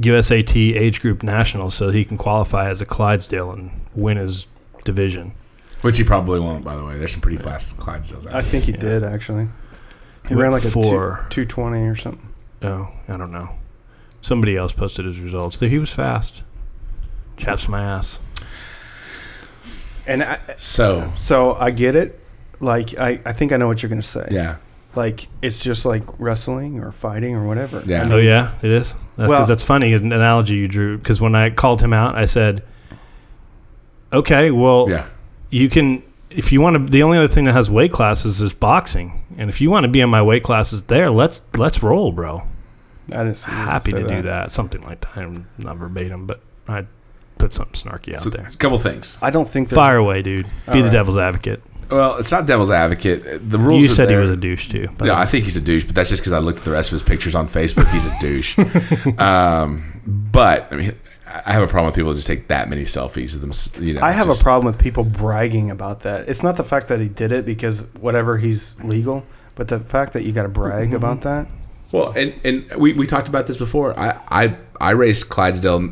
Speaker 1: USAT age group nationals, so he can qualify as a Clydesdale and win his division.
Speaker 4: which he probably won't. By the way, there's some pretty fast Clydesdales out
Speaker 3: I
Speaker 4: there.
Speaker 3: think he did actually. He ran like a
Speaker 1: Four.
Speaker 3: two twenty or something.
Speaker 1: Oh, I don't know. Somebody else posted his results. He was fast. Chaps my ass.
Speaker 3: And I,
Speaker 4: So
Speaker 3: so I get it. Like I, I think I know what you're gonna say.
Speaker 4: yeah,
Speaker 3: Like it's just like wrestling or fighting or whatever.
Speaker 4: Yeah.
Speaker 3: I mean,
Speaker 1: Oh yeah, it is. Because
Speaker 3: Well-
Speaker 1: that's funny an analogy you drew. Because when I called him out, I said, "Okay, well,
Speaker 4: yeah,
Speaker 1: you can if you want to. The only other thing that has weight classes is boxing, and if you want to be in my weight classes, there, let's let's roll, bro.
Speaker 3: I didn't see you
Speaker 1: Happy
Speaker 3: say
Speaker 1: to do that, something like that. I'm not verbatim, but I put something snarky out
Speaker 4: so,
Speaker 1: there.
Speaker 4: a couple things.
Speaker 3: I don't think there's-
Speaker 1: Fire away, dude. Be the
Speaker 3: right.
Speaker 1: devil's advocate.
Speaker 4: Well, it's not devil's advocate. The rules.
Speaker 1: You
Speaker 4: are
Speaker 1: said he
Speaker 4: there.
Speaker 1: was a douche too. but-
Speaker 4: Yeah, I think he's a douche, but that's just because I looked at the rest of his pictures on Facebook. He's a
Speaker 3: [laughs]
Speaker 4: douche. um, but I mean, I have a problem with people who just take that many selfies of them. You know,
Speaker 3: I have
Speaker 4: just-
Speaker 3: a problem with people bragging about that. It's not the fact that he did it because whatever he's legal, but the fact that you got to brag
Speaker 1: Mm-hmm.
Speaker 3: about that.
Speaker 4: Well, and and we, we talked about this before. I, I I raced Clydesdale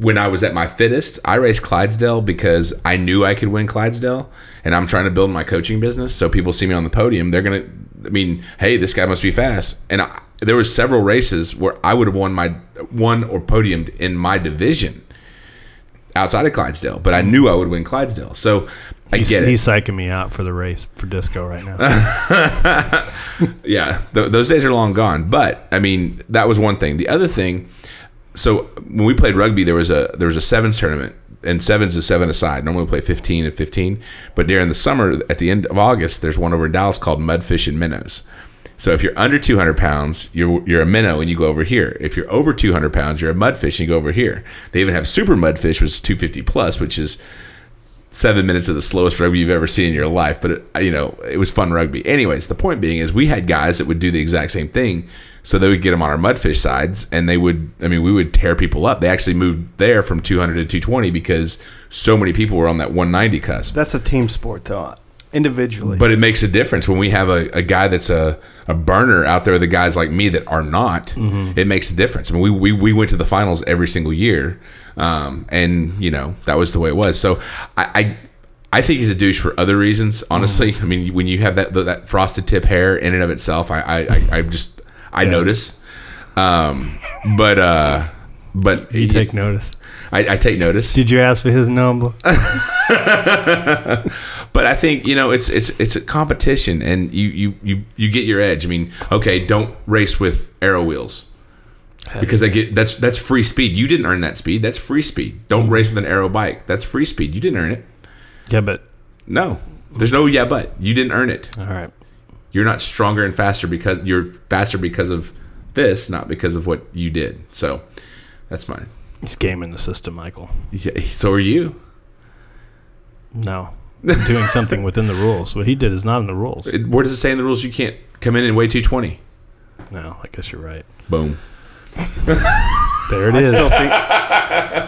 Speaker 4: when I was at my fittest. I raced Clydesdale because I knew I could win Clydesdale, and I'm trying to build my coaching business. So people see me on the podium, they're gonna. I mean, hey, this guy must be fast. And I, there was several races where I would have won my won or podiumed in my division outside of Clydesdale, but I knew I would win Clydesdale. So I
Speaker 1: He's,
Speaker 4: get it.
Speaker 1: he's psyching me out for the race for disco right now.
Speaker 3: [laughs]
Speaker 4: yeah, th- those days are long gone. But I mean, that was one thing. The other thing, so when we played rugby, there was a there was a sevens tournament, and sevens is seven aside. Normally we play fifteen and fifteen, but during the summer, at the end of August, there's one over in Dallas called Mudfish and Minnows. So if you're under 200 pounds, you're you're a minnow and you go over here. If you're over 200 pounds, you're a mudfish and you go over here. They even have super mudfish, which is 250 plus, which is seven minutes of the slowest rugby you've ever seen in your life. But it, you know, it was fun rugby. Anyways, the point being is we had guys that would do the exact same thing, so they would get them on our mudfish sides, and they would. I mean, we would tear people up. They actually moved there from 200 to 220 because so many people were on that 190 cusp.
Speaker 3: That's a team sport, though. Individually,
Speaker 4: But it makes a difference when we have a, a guy that's a, a burner out there, the guys like me that are not.
Speaker 1: Mm-hmm.
Speaker 4: It makes a difference. I mean, we, we, we went to the finals every single year. Um, and, you know, that was the way it was. So I, I, I think he's a douche for other reasons, honestly.
Speaker 1: Mm-hmm.
Speaker 4: I mean, when you have that that frosted tip hair in and of itself, I, I, I, I just, I notice. Um, but, uh, but
Speaker 1: You take notice.
Speaker 4: I, I take notice.
Speaker 1: Did you ask for his
Speaker 3: [laughs]
Speaker 1: number?
Speaker 4: But I think you know it's it's it's a competition, and you you you you get your edge. I mean, okay, don't race with arrow wheels because I get that's that's free speed. You didn't earn that speed. That's free speed. Don't race with an arrow bike. That's free speed. You didn't earn it.
Speaker 1: Yeah, but
Speaker 4: No, there's no yeah, but you didn't earn it.
Speaker 1: all right.
Speaker 4: You're not stronger and faster because you're faster because of this, not because of what you did. So that's mine.
Speaker 1: He's gaming the system, Michael.
Speaker 4: Yeah, so are you?
Speaker 1: No, I'm doing something within the rules. What he did is not in the rules.
Speaker 4: It- Where does it say in the rules you can't come in and weigh two twenty?
Speaker 1: No, I guess you're right.
Speaker 4: Boom.
Speaker 1: There it
Speaker 3: I
Speaker 1: is.
Speaker 3: still think,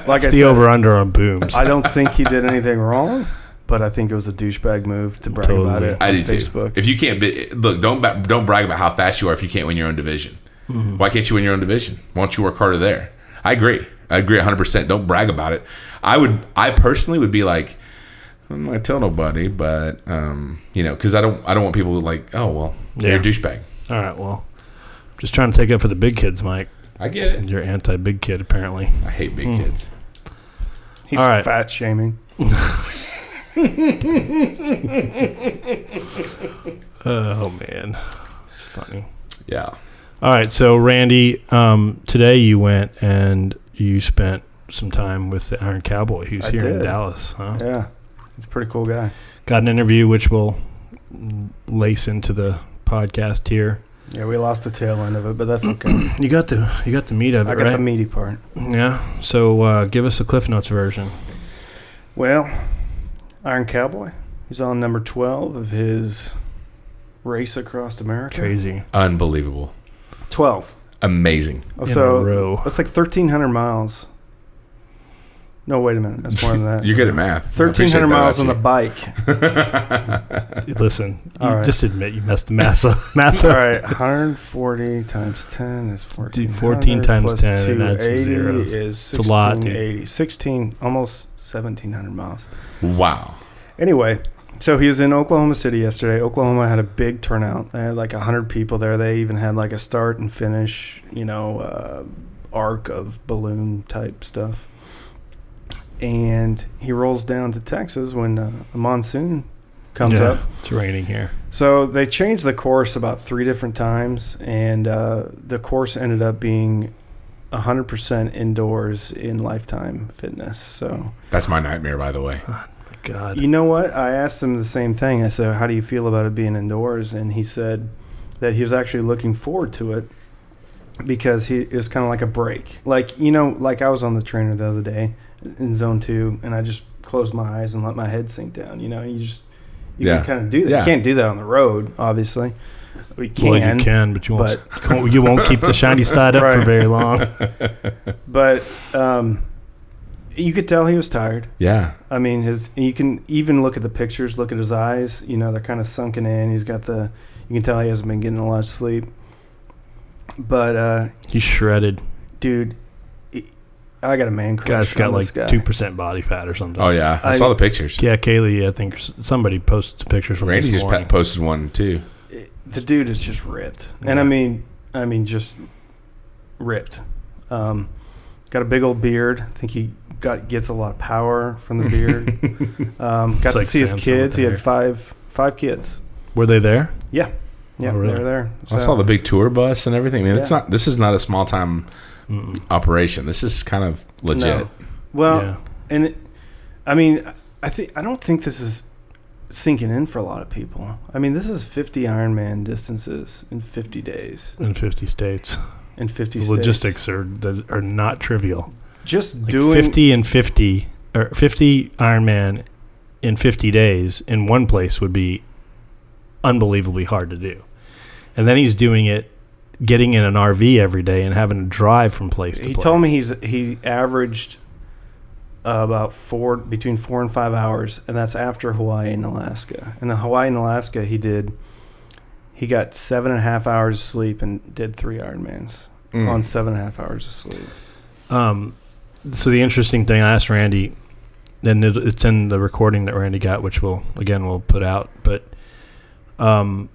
Speaker 3: like I
Speaker 1: the
Speaker 3: said,
Speaker 1: over under on booms.
Speaker 3: I don't think he did anything wrong, but I think it was a douchebag move to brag about
Speaker 1: Totally.
Speaker 3: it
Speaker 4: I
Speaker 3: on
Speaker 4: do too.
Speaker 3: Facebook.
Speaker 4: If you can't be, look, don't ba- don't brag about how fast you are if you can't win your own division.
Speaker 3: Mm-hmm.
Speaker 4: Why can't you win your own division? Why don't you work harder there? I agree. I agree 100. percent Don't brag about it. I would. I personally would be like, I'm not gonna tell nobody, but um, you know, because I don't. I don't want people to like, oh well,
Speaker 1: Yeah.
Speaker 4: you're a douchebag.
Speaker 1: all right, well, just trying to take up for the big kids, Mike.
Speaker 4: I get it.
Speaker 1: You're anti big kid, apparently.
Speaker 4: I hate big
Speaker 3: Mm.
Speaker 4: kids.
Speaker 3: He's
Speaker 1: All right.
Speaker 3: fat shaming.
Speaker 1: Oh man, it's funny.
Speaker 4: Yeah.
Speaker 1: All right, so Randy, um, today you went and you spent some time with the Iron Cowboy, who's
Speaker 3: I
Speaker 1: here in
Speaker 3: did.
Speaker 1: Dallas. Huh?
Speaker 3: Yeah, he's a pretty cool guy.
Speaker 1: Got an interview, which we'll lace into the podcast here.
Speaker 3: Yeah, we lost the tail end of it, but
Speaker 1: [coughs]
Speaker 3: that's okay.
Speaker 1: You got the you got the meat of
Speaker 3: I
Speaker 1: it,
Speaker 3: got the
Speaker 1: right?
Speaker 3: meaty part.
Speaker 1: yeah. So uh, give us the Cliff Notes version.
Speaker 3: Well, Iron Cowboy. He's on number twelve of his race across America.
Speaker 1: Crazy.
Speaker 4: Unbelievable.
Speaker 3: Twelve.
Speaker 4: Amazing.
Speaker 3: Oh,
Speaker 1: In
Speaker 3: so
Speaker 1: a
Speaker 3: [laughs]
Speaker 1: row.
Speaker 3: that's like thirteen hundred miles. No, wait a minute. That's more
Speaker 1: [laughs]
Speaker 3: than that.
Speaker 4: You're good at math. I
Speaker 3: Thirteen
Speaker 4: appreciate
Speaker 3: hundred
Speaker 4: that
Speaker 3: miles on
Speaker 4: about
Speaker 3: the bike.
Speaker 1: Listen,
Speaker 3: All
Speaker 1: you
Speaker 3: right.
Speaker 1: just admit you messed the math
Speaker 3: [laughs]
Speaker 1: up. Math
Speaker 3: All
Speaker 1: up.
Speaker 3: right, 140 times 10 is 14.
Speaker 1: 14 times 10 and add some zeros.
Speaker 3: is
Speaker 1: It's a lot, dude.
Speaker 3: 1680. 16, almost 1700 miles.
Speaker 4: you. Wow.
Speaker 3: Anyway, so he was in Oklahoma City yesterday. Oklahoma had a big turnout. They had like 100 people there. They even had like a start and finish, you know, uh, arc of balloon type stuff. And he rolls down to Texas when uh, a monsoon comes
Speaker 1: Yeah,
Speaker 3: up.
Speaker 1: It's raining here.
Speaker 3: So they changed the course about three different times, and uh, the course ended up being 100% indoors in Lifetime Fitness. So
Speaker 4: That's my nightmare, by the way.
Speaker 1: God.
Speaker 3: you know what? I asked him the same thing. I said, "How do you feel about it being indoors?" And he said that he was actually looking forward to it because he it was kind of like a break. Like you know, like I was on the trainer the other day in Zone Two, and I just closed my eyes and let my head sink down. You know, you just you
Speaker 4: Yeah.
Speaker 3: can kind of do that.
Speaker 4: Yeah.
Speaker 3: You can't do that on the road, obviously. We can,
Speaker 1: Well, you can, but you won't. [laughs] you won't keep the shiny side up for
Speaker 3: Right.
Speaker 1: very
Speaker 3: [laughs]
Speaker 1: long.
Speaker 3: but um, you could tell he was tired.
Speaker 4: Yeah.
Speaker 3: I mean, his you can even look at the pictures, look at his eyes. You know, they're kind of sunken in. He's got the you can tell he hasn't been getting a lot of sleep. But uh,
Speaker 1: He's shredded.
Speaker 3: dude, he- I got a man
Speaker 1: Guy's
Speaker 3: crush
Speaker 1: got
Speaker 3: on
Speaker 1: like
Speaker 3: this guy.
Speaker 1: two percent body fat or something.
Speaker 4: Oh yeah. I,
Speaker 3: I-
Speaker 4: saw the pictures.
Speaker 1: Yeah, Kaylee, I think s- somebody posted some pictures from
Speaker 4: Randy
Speaker 1: this
Speaker 4: just pa-
Speaker 1: morning.
Speaker 4: posted one too.
Speaker 3: It- the dude is just ripped, and
Speaker 1: Yeah.
Speaker 3: I mean, I mean, just ripped. Um, got a big old beard. I think he got gets a lot of power from
Speaker 1: [laughs]
Speaker 3: the beard. um, got
Speaker 1: It's
Speaker 3: to
Speaker 1: like
Speaker 3: see his
Speaker 1: Samson
Speaker 3: kids. He had
Speaker 1: there.
Speaker 3: five five kids.
Speaker 1: Were they there?
Speaker 3: Yeah, yeah,
Speaker 1: Oh, really?
Speaker 3: they were there.
Speaker 4: I saw the big tour bus and everything. Man, it's
Speaker 3: Yeah.
Speaker 4: not. This is not a small time operation. This is kind of legit.
Speaker 3: Well,
Speaker 1: yeah.
Speaker 3: and it, I mean, I think I don't think this is sinking in for a lot of people. I mean, this is 50 Ironman distances in 50 days
Speaker 1: in 50 states.
Speaker 3: in 50
Speaker 1: The
Speaker 3: states.
Speaker 1: logistics are does- are not trivial.
Speaker 3: Just
Speaker 1: Like
Speaker 3: doing
Speaker 1: 50 and 50 or 50 Ironman in 50 days in one place would be unbelievably hard to do. And then he's doing it getting in an RV every day and having to drive from place to
Speaker 3: He
Speaker 1: place.
Speaker 3: told me he's he averaged uh, about four between four and five hours, and that's after Hawaii and Alaska. And the Hawaii and Alaska, he did he got seven and a half hours of sleep and did three Ironmans
Speaker 4: Mm.
Speaker 3: on seven and a half hours of sleep.
Speaker 1: Um, so the interesting thing I asked Randy, and it, it's in the recording that Randy got, which we'll again we'll put out. But um,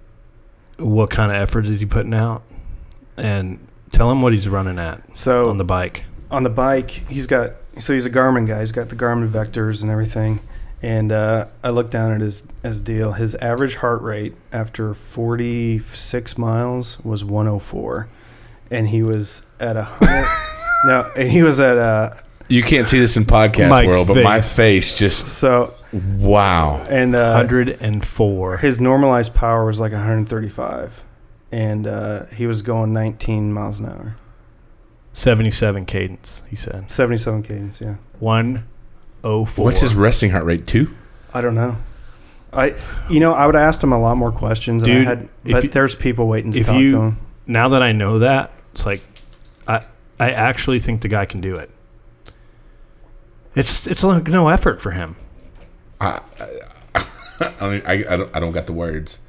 Speaker 1: what kind of effort is he putting out? And tell him what he's running at
Speaker 3: So
Speaker 1: on the bike.
Speaker 3: on the bike, he's got so he's a Garmin guy. He's got the Garmin vectors and everything. And uh, I looked down at his his deal. His average heart rate after 46 miles was 104, and he was at a hundred. no, and he was at uh
Speaker 4: You can't see this in podcast
Speaker 1: Mike's
Speaker 4: world, but my
Speaker 1: face.
Speaker 4: face just
Speaker 3: so
Speaker 4: wow.
Speaker 3: and uh,
Speaker 1: Hundred and four.
Speaker 3: his normalized power was like 135, and uh, he was going 19 miles an hour,
Speaker 1: 77 cadence, he said.
Speaker 3: 77 cadence. Yeah,
Speaker 1: 104.
Speaker 4: What's his resting heart rate? Two.
Speaker 3: I don't know. I, you know, I would ask him a lot more questions,
Speaker 1: Dude,
Speaker 3: and I had,
Speaker 1: if
Speaker 3: but
Speaker 1: you-
Speaker 3: there's people waiting to
Speaker 1: if
Speaker 3: talk
Speaker 1: you-
Speaker 3: to him.
Speaker 1: Now that I know that, it's like I I actually think the guy can do it. It's it's like no effort for him.
Speaker 4: I, I, I, mean, I, I, don't, I don't got the words.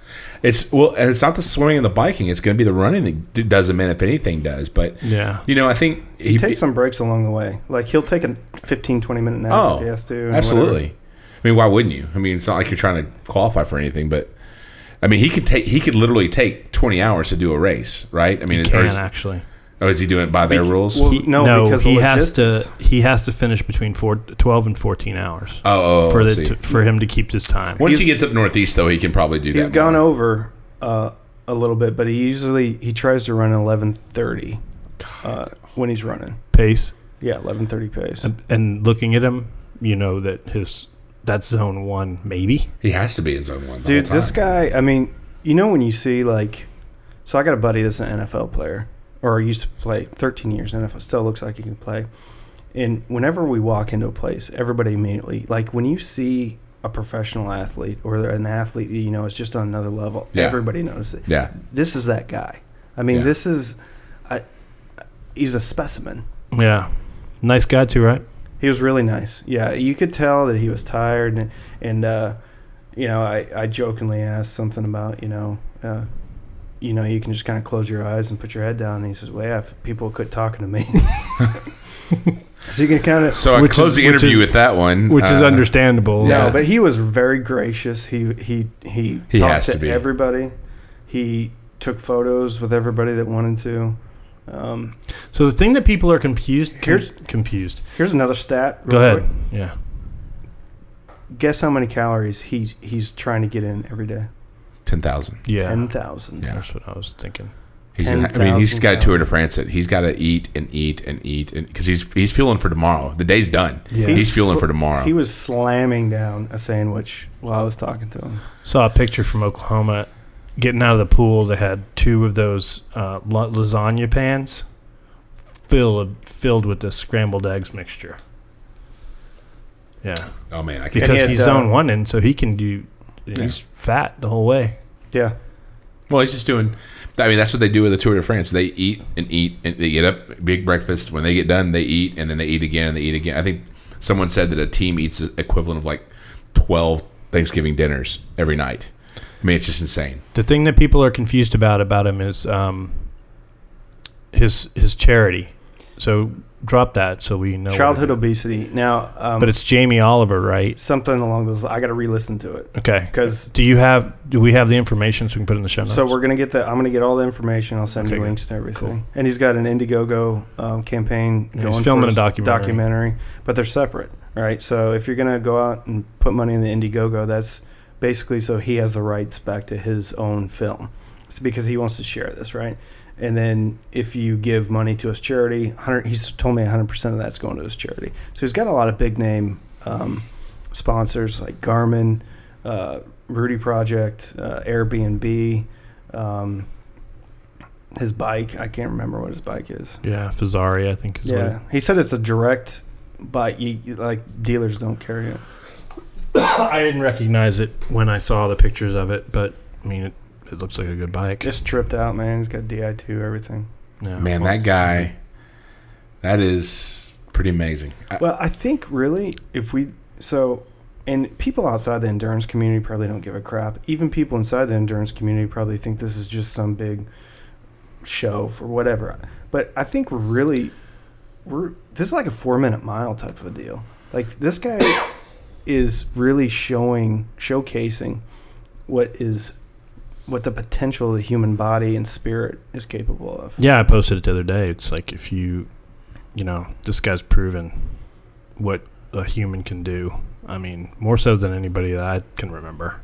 Speaker 4: It's well, and it's not the swimming and the biking. It's going to be the running that d- does him in, if anything does. But
Speaker 1: Yeah.
Speaker 4: you know, I think he,
Speaker 3: He takes some breaks along the way. Like he'll take a 15, 20 minute nap
Speaker 4: Oh,
Speaker 3: if he has to. and whatever.
Speaker 4: absolutely. I mean, why wouldn't you? I mean, it's not like you're trying to qualify for anything, but I mean, he could take he could literally take 20 hours to do a race, right? I mean, is- or,
Speaker 1: can
Speaker 4: is,
Speaker 1: actually.
Speaker 4: or is he doing it by their rules?
Speaker 3: well- no, because of
Speaker 1: he has to
Speaker 3: logistics.
Speaker 1: he has to finish between four, 12 and fourteen hours
Speaker 4: oh, oh,
Speaker 1: for
Speaker 4: I
Speaker 1: the
Speaker 4: see.
Speaker 1: to, for him to keep this time.
Speaker 4: once he gets up northeast, though, he can probably do that.
Speaker 3: He's gone
Speaker 4: more.
Speaker 3: over uh, a little bit, but he usually he tries to run eleven thirty uh, when he's running.
Speaker 1: Pace
Speaker 3: Yeah, eleven thirty pace.
Speaker 1: and, and looking at him, you know that his that's zone one maybe.
Speaker 4: He has to be in zone one, the
Speaker 3: Dude,
Speaker 4: whole
Speaker 3: this
Speaker 4: time.
Speaker 3: guy. I mean, you know when you see like, so I got a buddy that's an NFL player, or used to play thirteen years in NFL. Still looks like he can play. And whenever we walk into a place, everybody immediately like when you see a professional athlete or an athlete that you know is just on another level.
Speaker 4: Yeah.
Speaker 3: Everybody notices it.
Speaker 4: Yeah,
Speaker 3: This is that guy. I mean,
Speaker 4: Yeah.
Speaker 3: this is, I, he's a specimen.
Speaker 1: Yeah, nice guy too, right?
Speaker 3: He was really nice. Yeah, you could tell that he was tired, and, and uh, you know, I, I jokingly asked something about you know, uh, you know, you can just kind of close your eyes and put your head down. And he says, "Well, yeah, if people quit talking to me." [laughs] so you can kind of.
Speaker 4: so I
Speaker 1: Which is-
Speaker 4: closed the
Speaker 1: which
Speaker 4: interview
Speaker 1: is-
Speaker 4: with that one,
Speaker 1: Which is
Speaker 4: uh,
Speaker 1: understandable.
Speaker 3: No,
Speaker 4: Yeah.
Speaker 3: but he was very gracious. He he he.
Speaker 4: He
Speaker 3: talked
Speaker 4: has
Speaker 3: to,
Speaker 4: to be.
Speaker 3: everybody. He took photos with everybody that wanted to. Um,
Speaker 1: So the thing that people are confused
Speaker 3: Here's-
Speaker 1: confused.
Speaker 3: here's another stat. real
Speaker 1: Go ahead.
Speaker 3: quick.
Speaker 1: Yeah.
Speaker 3: Guess how many calories he's he's trying to get in every day?
Speaker 4: ten thousand.
Speaker 1: Yeah.
Speaker 3: Ten thousand.
Speaker 4: Yeah.
Speaker 1: That's what I was thinking.
Speaker 4: He's gonna, I mean, he's
Speaker 3: 10,000
Speaker 4: got a tour de France. It. He's got to eat and eat and eat, and because he's he's fueling for tomorrow. The day's done.
Speaker 1: Yeah.
Speaker 4: He's,
Speaker 3: He's
Speaker 4: fueling
Speaker 3: sl-
Speaker 4: for tomorrow.
Speaker 3: He was slamming down a sandwich while I was talking to him.
Speaker 1: Saw a picture from Oklahoma getting out of the pool. They had two of those uh, la- lasagna pans filled filled with this scrambled eggs mixture. Yeah,
Speaker 4: oh man, I can't.
Speaker 1: because
Speaker 3: had,
Speaker 1: he's
Speaker 3: uh,
Speaker 1: zone one, and so he can do. He's fat the whole way.
Speaker 3: Yeah.
Speaker 4: Well, he's just doing. I mean, that's what they do with the Tour de France. They eat and eat, and they get up, big breakfast. When they get done, they eat, and then they eat again, and they eat again. I think someone said that a team eats the equivalent of like twelve Thanksgiving dinners every night. I mean, it's just insane.
Speaker 1: The thing that people are confused about about him is um, his his charity. So drop that so we know. what it
Speaker 3: Childhood
Speaker 1: is.
Speaker 3: obesity. Now, um,
Speaker 1: but it's Jamie Oliver, right?
Speaker 3: something along those. I got to re-listen to it
Speaker 1: Okay.
Speaker 3: because.
Speaker 1: Do you have? Do we have the information so we can put it in the show notes?
Speaker 3: So we're gonna get the. I'm gonna get all the information. I'll send
Speaker 1: Okay,
Speaker 3: you
Speaker 1: good.
Speaker 3: links to everything.
Speaker 1: Cool.
Speaker 3: And he's got an Indiegogo um, campaign
Speaker 1: And
Speaker 3: going.
Speaker 1: he's filming
Speaker 3: for
Speaker 1: a
Speaker 3: his
Speaker 1: documentary.
Speaker 3: documentary, but they're separate, right? So if you're gonna go out and put money in the Indiegogo, that's basically so he has the rights back to his own film. It's because he wants to share this, right? And then if you give money to his charity, 100, he's told me 100% of that's going to his charity. So he's got a lot of big name um, sponsors like Garmin, uh, Rudy Project, uh, Airbnb, um, his bike. I can't remember what his bike is.
Speaker 1: Yeah, Fazari, I think. Is what
Speaker 3: yeah, he said it's a direct bike. You, you- like dealers don't carry it.
Speaker 1: it- [coughs] I didn't recognize it when I saw the pictures of it, but I mean, it, it looks like a good bike.
Speaker 3: Just tripped out, man. He's got Di two everything.
Speaker 1: Yeah.
Speaker 4: Man, that guy, that is pretty amazing. I,
Speaker 3: Well, I think really, if we so, and people outside the endurance community probably don't give a crap. Even people inside the endurance community probably think this is just some big show for whatever. But I think we're really, we're this is like a four minute mile type of a deal. Like this guy is really showing, showcasing what is what the potential of the human body and spirit is capable of.
Speaker 1: Yeah, I posted it the other day. It's like if you, you know, this guy's proven what a human can do. I mean, more so than anybody that I can remember.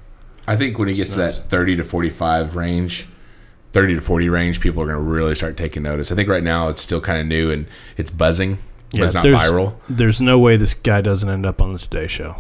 Speaker 4: I think when he gets
Speaker 1: It's
Speaker 4: to that 30 to 45 range, 30 to 40 range, people are going to really start taking notice. I think right now it's still kind of new and it's buzzing, but
Speaker 1: Yeah,
Speaker 4: it's not
Speaker 1: there's-
Speaker 4: viral.
Speaker 1: There's no way this guy doesn't end up on the Today Show.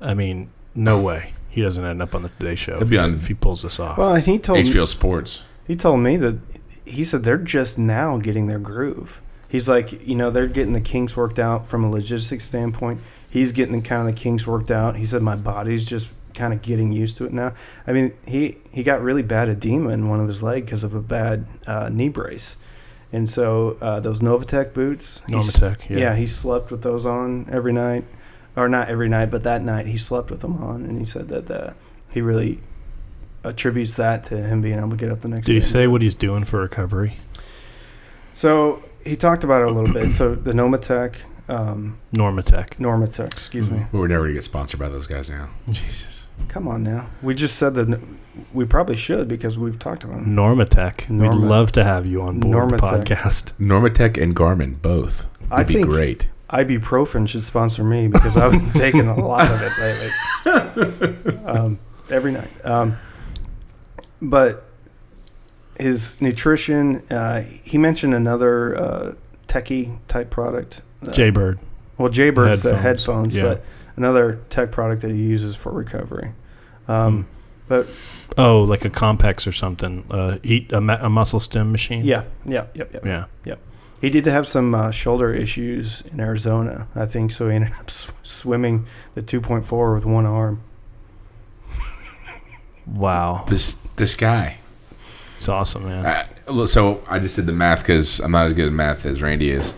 Speaker 1: I mean, no way he doesn't end up on the Today Show
Speaker 4: He'll
Speaker 1: if,
Speaker 4: be
Speaker 1: he-
Speaker 4: on-
Speaker 1: if he pulls this off.
Speaker 3: Well, and he told me.
Speaker 4: HBO Sports.
Speaker 3: He told me that he said they're just now getting their groove. He's like, you know, they're getting the kinks worked out from a logistics standpoint. He's getting the kind of the kinks worked out. He said my body's just kind of getting used to it now. I mean, he he got really bad edema in one of his leg because of a bad uh, knee brace, and so uh, those Novatec boots. he s-
Speaker 1: Normatec, yeah.
Speaker 3: yeah. he slept with those on every night, or not every night, but that night he slept with them on, and he said that uh, he really attributes that to him being able to get up the next
Speaker 1: Did
Speaker 3: day.
Speaker 1: he say what he's doing for recovery?
Speaker 3: So he talked about it a little bit. So the Nomatech, um,
Speaker 1: Normatec.
Speaker 3: Normatech, excuse me.
Speaker 1: Mm-hmm.
Speaker 4: We're never going to get sponsored by those guys now. Jesus.
Speaker 3: Come on now. We just said that we probably should because we've talked about it.
Speaker 1: Normatec. We'd
Speaker 3: Norma-
Speaker 1: love to have you on board the
Speaker 3: Normatec.
Speaker 1: podcast. [laughs]
Speaker 4: Normatec and Garmin both would
Speaker 3: I
Speaker 4: be
Speaker 3: think-
Speaker 4: great.
Speaker 3: Ibuprofen should sponsor me because I've been taking a lot of it lately,
Speaker 1: [laughs]
Speaker 3: um, every night. Um, but his nutrition, uh, he mentioned another uh, techie type product. Uh,
Speaker 1: Jaybird.
Speaker 3: Well, Jaybird's the
Speaker 1: Headphones,
Speaker 3: headphones,
Speaker 1: yeah.
Speaker 3: but another tech product that he uses for recovery.
Speaker 1: Hmm.
Speaker 3: Um, But
Speaker 1: Oh, like a Compex or something. Uh, eat a, ma- a muscle stem machine.
Speaker 3: yeah, yeah, yep, yep.
Speaker 1: Yeah.
Speaker 3: He did have some uh, shoulder issues in Arizona, I think, so he ended up [laughs] sw- swimming the 2.4 with one arm.
Speaker 1: Wow.
Speaker 4: This this guy.
Speaker 1: It's awesome, man.
Speaker 4: I, look, so I just did the math because I'm not as good at math as Randy is.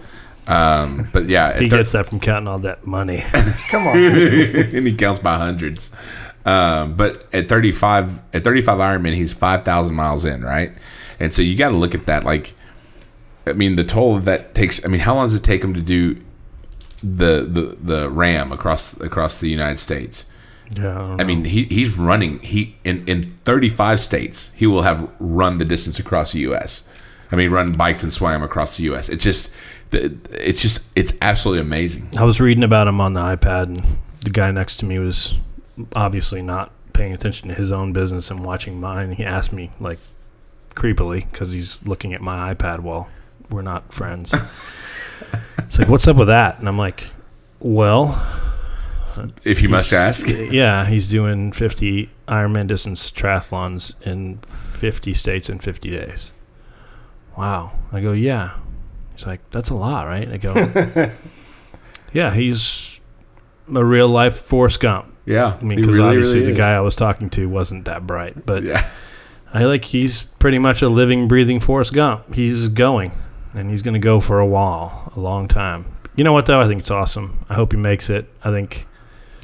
Speaker 4: Um, but
Speaker 1: [laughs]
Speaker 4: yeah,
Speaker 1: He
Speaker 4: at thir-
Speaker 1: gets that from counting all that money. [laughs]
Speaker 3: Come on.
Speaker 4: [laughs] and he counts by hundreds. Um, but at 35, at 35 Ironman, he's 5,000 miles in, right? And so you got to look at that. Like, I mean, the toll that takes. I mean, how long does it take him to do the the the ram across across the United States?
Speaker 1: yeah. I, don't
Speaker 4: I
Speaker 1: know.
Speaker 4: mean, he, he's running. He in in 35 states, he will have run the distance across the U.S. I mean, run, biked, and swam across the U.S. It's just, the- it's just, it's absolutely amazing.
Speaker 1: I was reading about him on the iPad, and the guy next to me was obviously not paying attention to his own business and watching mine. He asked me, like, creepily, because he's looking at my iPad while we're not friends. it's like, what's up with that? And I'm like, well,
Speaker 4: If you must ask,
Speaker 1: [laughs] yeah, he's doing 50 Ironman distance triathlons in 50 states in 50 days. Wow. I go, yeah. He's like, that's a lot, right? I
Speaker 4: [laughs]
Speaker 1: go, yeah, he's a real life Forrest Gump.
Speaker 4: yeah.
Speaker 1: I mean,
Speaker 4: he
Speaker 1: because
Speaker 4: really,
Speaker 1: obviously
Speaker 4: really
Speaker 1: the
Speaker 4: is.
Speaker 1: guy I was talking to wasn't that bright, but
Speaker 4: yeah,
Speaker 1: I like he's pretty much a living, breathing Forrest Gump. He's going, and he's going to go for a while, a long time. You know what though? I think it's awesome. I hope he makes it. I think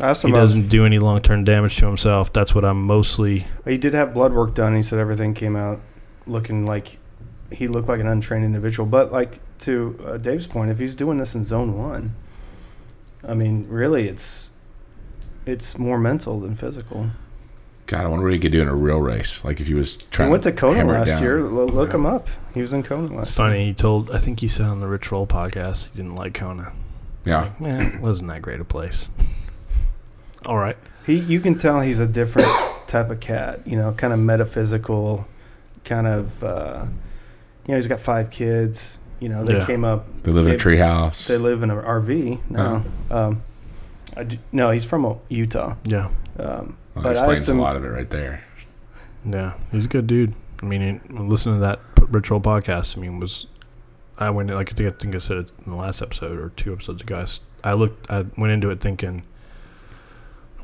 Speaker 3: I asked
Speaker 1: he
Speaker 3: him about his-
Speaker 1: doesn't do any long term damage to himself. That's what I'm mostly.
Speaker 3: he did have blood work done. He said everything came out looking like he looked like an untrained individual. But, like, to uh, Dave's point, if he's doing this in zone one, I mean, really, it's it's more mental than physical.
Speaker 4: God, I wonder what he could do in a real race. Like if he was
Speaker 3: He
Speaker 4: trying.
Speaker 3: went to Kona
Speaker 4: hammer it
Speaker 3: last
Speaker 4: down.
Speaker 3: year. Lo- look him up. He was in Kona last
Speaker 1: It's funny. He told, I think he said on the Rich Roll podcast, he didn't like Kona. It's
Speaker 4: Yeah,
Speaker 1: Like, eh, it wasn't that great a place. [laughs] All right.
Speaker 3: He, you can tell he's a different [coughs] type of cat. You know, kind of metaphysical, kind of. Uh, you know, he's got five kids. You know, they
Speaker 1: Yeah.
Speaker 3: came up.
Speaker 4: they live in a
Speaker 3: they-
Speaker 4: treehouse.
Speaker 3: They live in an
Speaker 4: Oh.
Speaker 3: RV now. Um, I d- no, he's from uh, Utah.
Speaker 1: Yeah.
Speaker 3: Um,
Speaker 4: Well, that
Speaker 3: But I
Speaker 4: explains
Speaker 3: assume-
Speaker 4: a lot of it right there.
Speaker 1: Yeah, he's a good dude. I mean, he- listening to that ritual podcast, I mean, was I went like I think I think I said it in the last episode or two episodes ago. I, s- I looked, I went into it thinking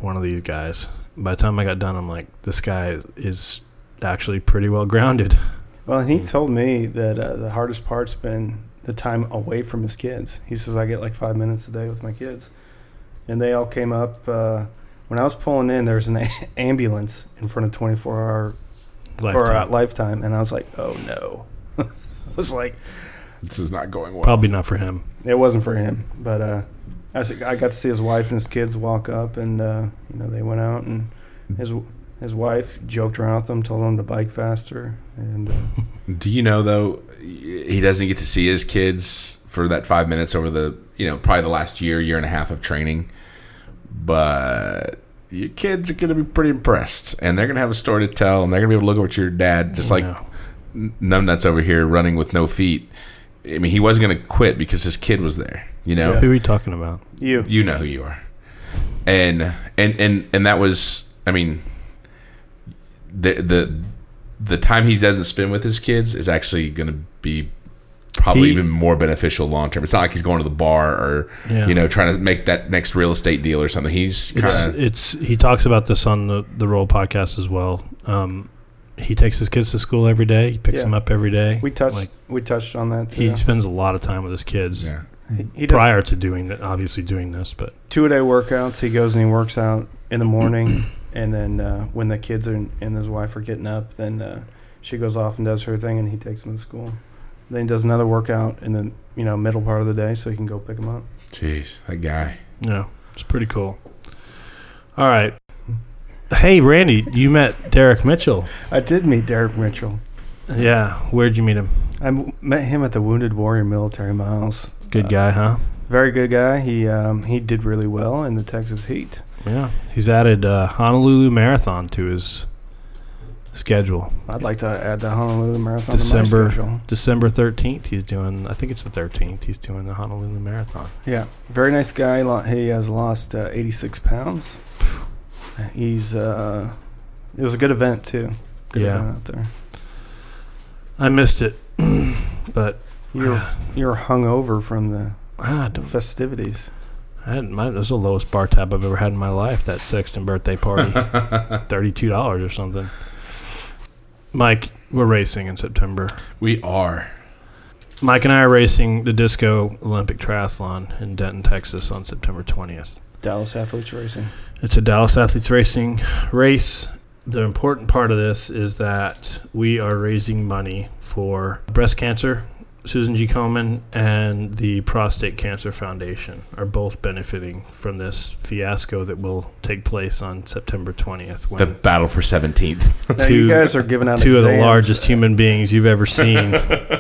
Speaker 1: one of these guys. By the time I got done, I'm like, this guy is, is actually pretty well grounded. [laughs]
Speaker 3: Well, and he told me that uh, the hardest part's been the time away from his kids. He says I get like five minutes a day with my kids, and they all came up uh, when I was pulling in. There was an [laughs] ambulance in front of 24 hour or uh,
Speaker 1: Lifetime.
Speaker 3: lifetime, and I was like, oh no. [laughs] I was like,
Speaker 4: This is not going well.
Speaker 1: Probably not for him.
Speaker 3: it wasn't for him, but uh, I was, I got to see his wife and his kids walk up, and uh, you know they went out, and his his wife joked around with them, told them to bike faster, and. Uh,
Speaker 1: [laughs]
Speaker 4: Do you know though? He doesn't get to see his kids for that five minutes over the you know probably the last year, year and a half of training. But your kids are going to be pretty impressed, and they're going to have a story to tell, and they're going to be able to look at your dad just like
Speaker 1: No.
Speaker 4: numbnuts over here running with no feet. I mean, he wasn't going to quit because his kid was there. You know,
Speaker 1: Who are we talking about?
Speaker 3: you
Speaker 4: you know who you are and and and and that was i mean the the the time he doesn't spend with his kids is actually going to be probably
Speaker 1: He-
Speaker 4: even more beneficial long term it's not like he's going to the bar or
Speaker 1: Yeah.
Speaker 4: you know trying to make that next real estate deal or something he's
Speaker 1: It's,
Speaker 4: kind of
Speaker 1: it's he talks about this on the the roll podcast as well. Um, he takes his kids to school every day. He picks
Speaker 3: Yeah.
Speaker 1: them up every day.
Speaker 3: we touched
Speaker 1: Like,
Speaker 3: we touched on that
Speaker 1: he
Speaker 3: too.
Speaker 1: spends a lot of time with his kids.
Speaker 4: yeah
Speaker 3: He, he does
Speaker 1: prior to doing that, obviously doing this, but
Speaker 3: two a day workouts. He goes and he works out in the morning, and then uh, when the kids are, and his wife are getting up, then uh, she goes off and does her thing, and he takes them to school. Then he does another workout in the you know middle part of the day, so he can go pick them up.
Speaker 4: jeez that guy
Speaker 1: you know, it's pretty cool. All right. Hey, Randy, you met Derek Mitchell.
Speaker 3: I did meet Derek Mitchell.
Speaker 1: Yeah. Where'd you meet him?
Speaker 3: I m- met him at the Wounded Warrior Military Miles.
Speaker 1: Good
Speaker 3: Uh,
Speaker 1: guy, huh?
Speaker 3: Very good guy. He um, he did really well in the Texas Heat.
Speaker 1: Yeah. He's added uh, Honolulu Marathon to his schedule.
Speaker 3: I'd like to add the Honolulu Marathon to my
Speaker 1: December.
Speaker 3: schedule.
Speaker 1: December 13th, he's doing, I think it's the 13th, he's doing the Honolulu Marathon.
Speaker 3: Yeah, very nice guy. Lo- He has lost uh, 86 pounds. He's. Uh, it was a good event too. Good
Speaker 1: Yeah.
Speaker 3: event out there.
Speaker 1: I missed it, [clears throat] but
Speaker 3: You were, you were hungover from the
Speaker 1: ah, don't-
Speaker 3: festivities.
Speaker 1: I had my, that was the lowest bar tab I've ever had in my life. That Sexton birthday party, thirty-two dollars or something. Mike, we're racing in September.
Speaker 4: we are
Speaker 1: Mike and I are racing the Disco Olympic Triathlon in Denton, Texas, on September twentieth.
Speaker 3: Dallas Athletes Racing.
Speaker 1: It's a Dallas Athletes Racing race. The important part of this is that we are raising money for breast cancer. Susan G. Komen and the Prostate Cancer Foundation are both benefiting from this fiasco that will take place on September 20th when
Speaker 4: the battle for 17th
Speaker 3: Now you
Speaker 1: Two-
Speaker 3: guys are giving out
Speaker 1: two of the
Speaker 3: exams.
Speaker 1: largest human beings you've ever
Speaker 4: [laughs]
Speaker 1: seen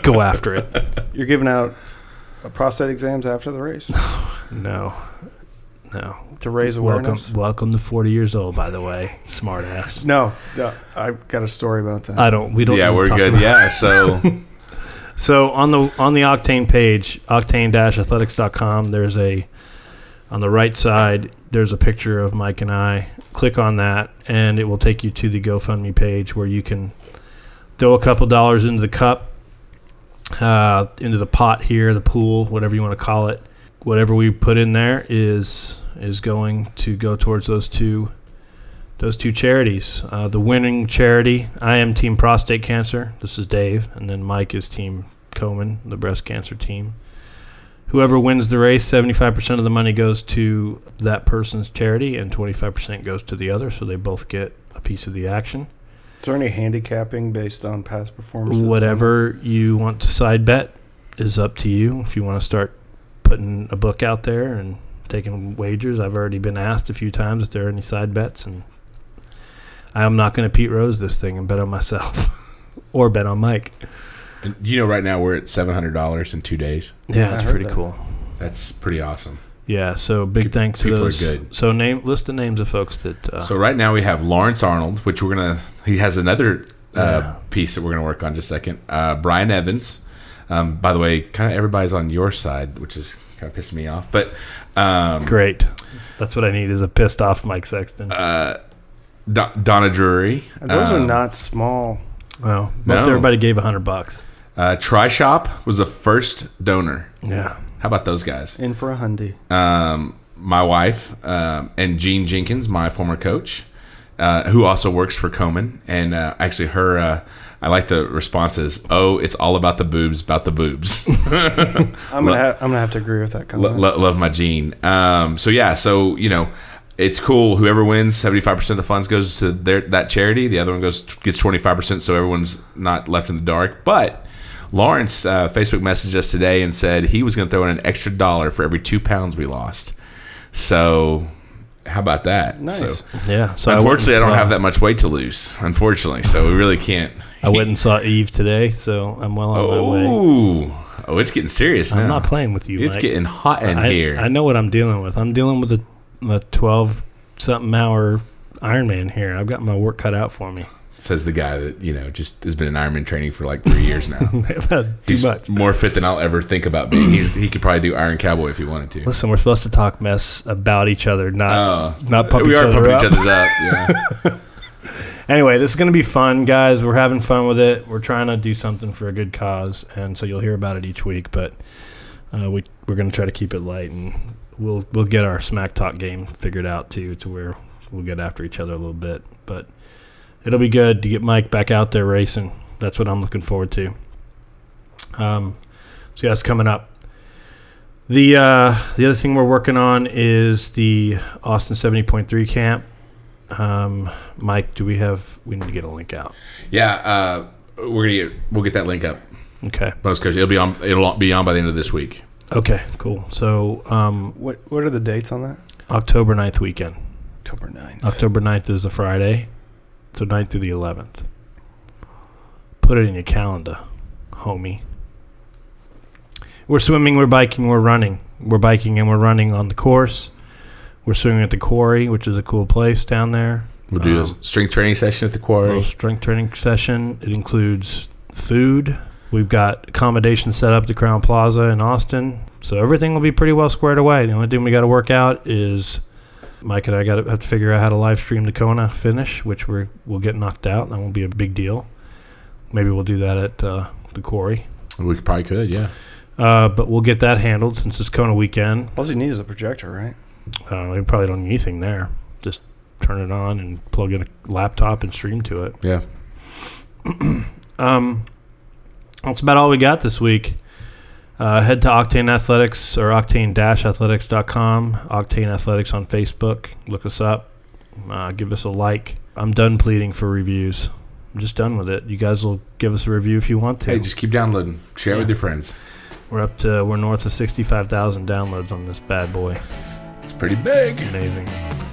Speaker 1: go after it.
Speaker 3: You're giving out uh, prostate exams after the race
Speaker 1: No. No.
Speaker 3: to raise
Speaker 1: Welcome,
Speaker 3: awareness.
Speaker 1: welcome to 40 years old, by the way. Smart
Speaker 3: [laughs]
Speaker 1: ass.
Speaker 3: No, no, I've got a story about that.
Speaker 4: Uh,
Speaker 1: I don't, [laughs] we don't,
Speaker 4: yeah
Speaker 1: need to
Speaker 4: we're
Speaker 1: talk
Speaker 4: good
Speaker 1: about- [laughs]
Speaker 4: yeah so
Speaker 1: So on the on the Octane page, octane-athletics.com, there's a on the right side, there's a picture of Mike and I. Click on that and it will take you to the GoFundMe page where you can throw a couple dollars into the cup uh, into the pot here, the pool, whatever you want to call it. Whatever we put in there is is going to go towards those two those two charities. Uh, the winning charity, I am Team Prostate Cancer. This is Dave, and then Mike is Team Komen, the breast cancer team. Whoever wins the race, 75% of the money goes to that person's charity, and 25% goes to the other. So they both get a piece of the action.
Speaker 3: Is there any handicapping based on past performances? on this?
Speaker 1: Whatever you want to side bet is up to you. If you want to start putting a book out there and taking wagers, I've already been asked a few times if there are any side bets, and I am not going to Pete Rose this thing and bet on myself [laughs] or bet on Mike.
Speaker 4: And you know right now we're at $700 in two days
Speaker 1: Yeah,
Speaker 3: I
Speaker 1: it's
Speaker 3: heard
Speaker 1: pretty
Speaker 3: that.
Speaker 1: cool.
Speaker 4: that's pretty awesome
Speaker 1: Yeah, so big
Speaker 4: People-
Speaker 1: thanks to
Speaker 4: people are
Speaker 1: those.
Speaker 4: good.
Speaker 1: So name list the names of folks that. Uh,
Speaker 4: So right now we have Lawrence Arnold, which we're gonna. He has another uh,
Speaker 1: Yeah.
Speaker 4: piece that we're gonna work on just a second. Uh, Brian Evans. Um, by the way, kind of everybody's on your side, which is kind of pissing me off. But um, Uh,
Speaker 1: great. That's what I need is a pissed off Mike Sexton.
Speaker 4: Do- Donna Drury.
Speaker 3: Those
Speaker 4: um,
Speaker 3: are not small.
Speaker 1: Wow. Most
Speaker 4: No.
Speaker 1: everybody gave a hundred bucks.
Speaker 4: Uh, Tri Shop was the first donor.
Speaker 1: Yeah.
Speaker 4: How about those guys?
Speaker 3: In for a hundy.
Speaker 4: Um, my wife um, and Jean Jenkins, my former coach, uh, who also works for Komen, and uh, actually her. Uh, I like the responses. Oh, it's all about the boobs, about the boobs. [laughs]
Speaker 3: I'm gonna have, I'm gonna have to agree with that comment.
Speaker 4: Lo- lo- love my gene. Um, so yeah, so you know, it's cool. Whoever wins, seventy five percent of the funds goes to their that charity. The other one goes gets twenty five percent, so everyone's not left in the dark. But Lawrence uh, Facebook messaged us today and said he was going to throw in an extra dollar for every two pounds we lost. So how about that?
Speaker 3: Nice.
Speaker 4: So,
Speaker 1: Yeah. So uh,
Speaker 4: unfortunately, I,
Speaker 1: went and
Speaker 4: don't
Speaker 1: saw-
Speaker 4: have that much weight to lose. Unfortunately, so we really can't.
Speaker 1: I went and saw Eve today, so I'm well on my way.
Speaker 4: Oh, oh, it's getting serious now.
Speaker 1: I'm not playing with you.
Speaker 4: it's
Speaker 1: Mike.
Speaker 4: getting hot in
Speaker 1: I,
Speaker 4: here.
Speaker 1: I know what I'm dealing with. I'm dealing with a, a 12 something hour Ironman here. I've got my work cut out for me. [laughs]
Speaker 4: Says the guy that you know just has been in Ironman training for like three years now.
Speaker 1: [laughs] Too
Speaker 4: He's
Speaker 1: much.
Speaker 4: more fit than I'll ever think about being. He's he could probably do Iron Cowboy if he wanted to.
Speaker 1: Listen, we're supposed to talk mess about each other, not
Speaker 4: Oh.
Speaker 1: not pump
Speaker 4: we
Speaker 1: each
Speaker 4: are
Speaker 1: other
Speaker 4: pumping
Speaker 1: up.
Speaker 4: each other's
Speaker 1: [laughs]
Speaker 4: up. Yeah.
Speaker 1: Anyway, this is going to be fun, guys. We're having fun with it. We're trying to do something for a good cause, and so you'll hear about it each week. But uh, we we're going to try to keep it light, and we'll we'll get our smack talk game figured out too, to where we'll get after each other a little bit. But it'll be good to get Mike back out there racing. That's what I'm looking forward to. Um, so yeah, it's coming up. The uh, the other thing we're working on is the Austin 70.3 camp. Um, Mike, do we have? We need to get a link out.
Speaker 4: yeah uh, we're gonna get we'll get that link up.
Speaker 1: Okay.
Speaker 4: Most coach, it'll be on. It'll be on by the end of this week.
Speaker 1: Okay. Cool. So um,
Speaker 3: What What are the dates on that?
Speaker 1: October 9th weekend.
Speaker 3: October 9th.
Speaker 1: October 9th is a Friday, so 9th through the 11th. Put it in your calendar, homie. We're swimming, we're biking, we're running. We're biking and we're running on the course. We're swimming at the quarry, which is a cool place down there.
Speaker 4: We'll do
Speaker 1: Um,
Speaker 4: a strength training session at the quarry.
Speaker 1: little strength training session. It includes food. We've got accommodation set up at the Crown Plaza in Austin, so everything will be pretty well squared away. The only thing we got to work out is Mike and I got to have to figure out how to live stream the Kona finish, which we will get knocked out. That won't be a big deal. Maybe we'll do that at uh, the quarry,
Speaker 4: we probably could. Yeah.
Speaker 1: uh, but we'll get that handled since it's Kona weekend.
Speaker 3: All you need is a projector, right?
Speaker 1: Uh, we probably don't need anything there. Just turn it on and plug in a laptop and stream to it.
Speaker 4: Yeah.
Speaker 1: Um, that's about all we got this week. Uh, head to Octane Athletics or octane-athletics.com, Octane Athletics on Facebook. Look us up. Uh, give us a like. I'm done pleading for reviews. I'm just done with it. You guys will give us a review if you want to.
Speaker 4: Hey, just keep downloading. Share it with
Speaker 1: Yeah.
Speaker 4: your friends.
Speaker 1: we're up to we're north of 65,000 downloads on this bad boy.
Speaker 4: It's pretty big.
Speaker 1: Amazing.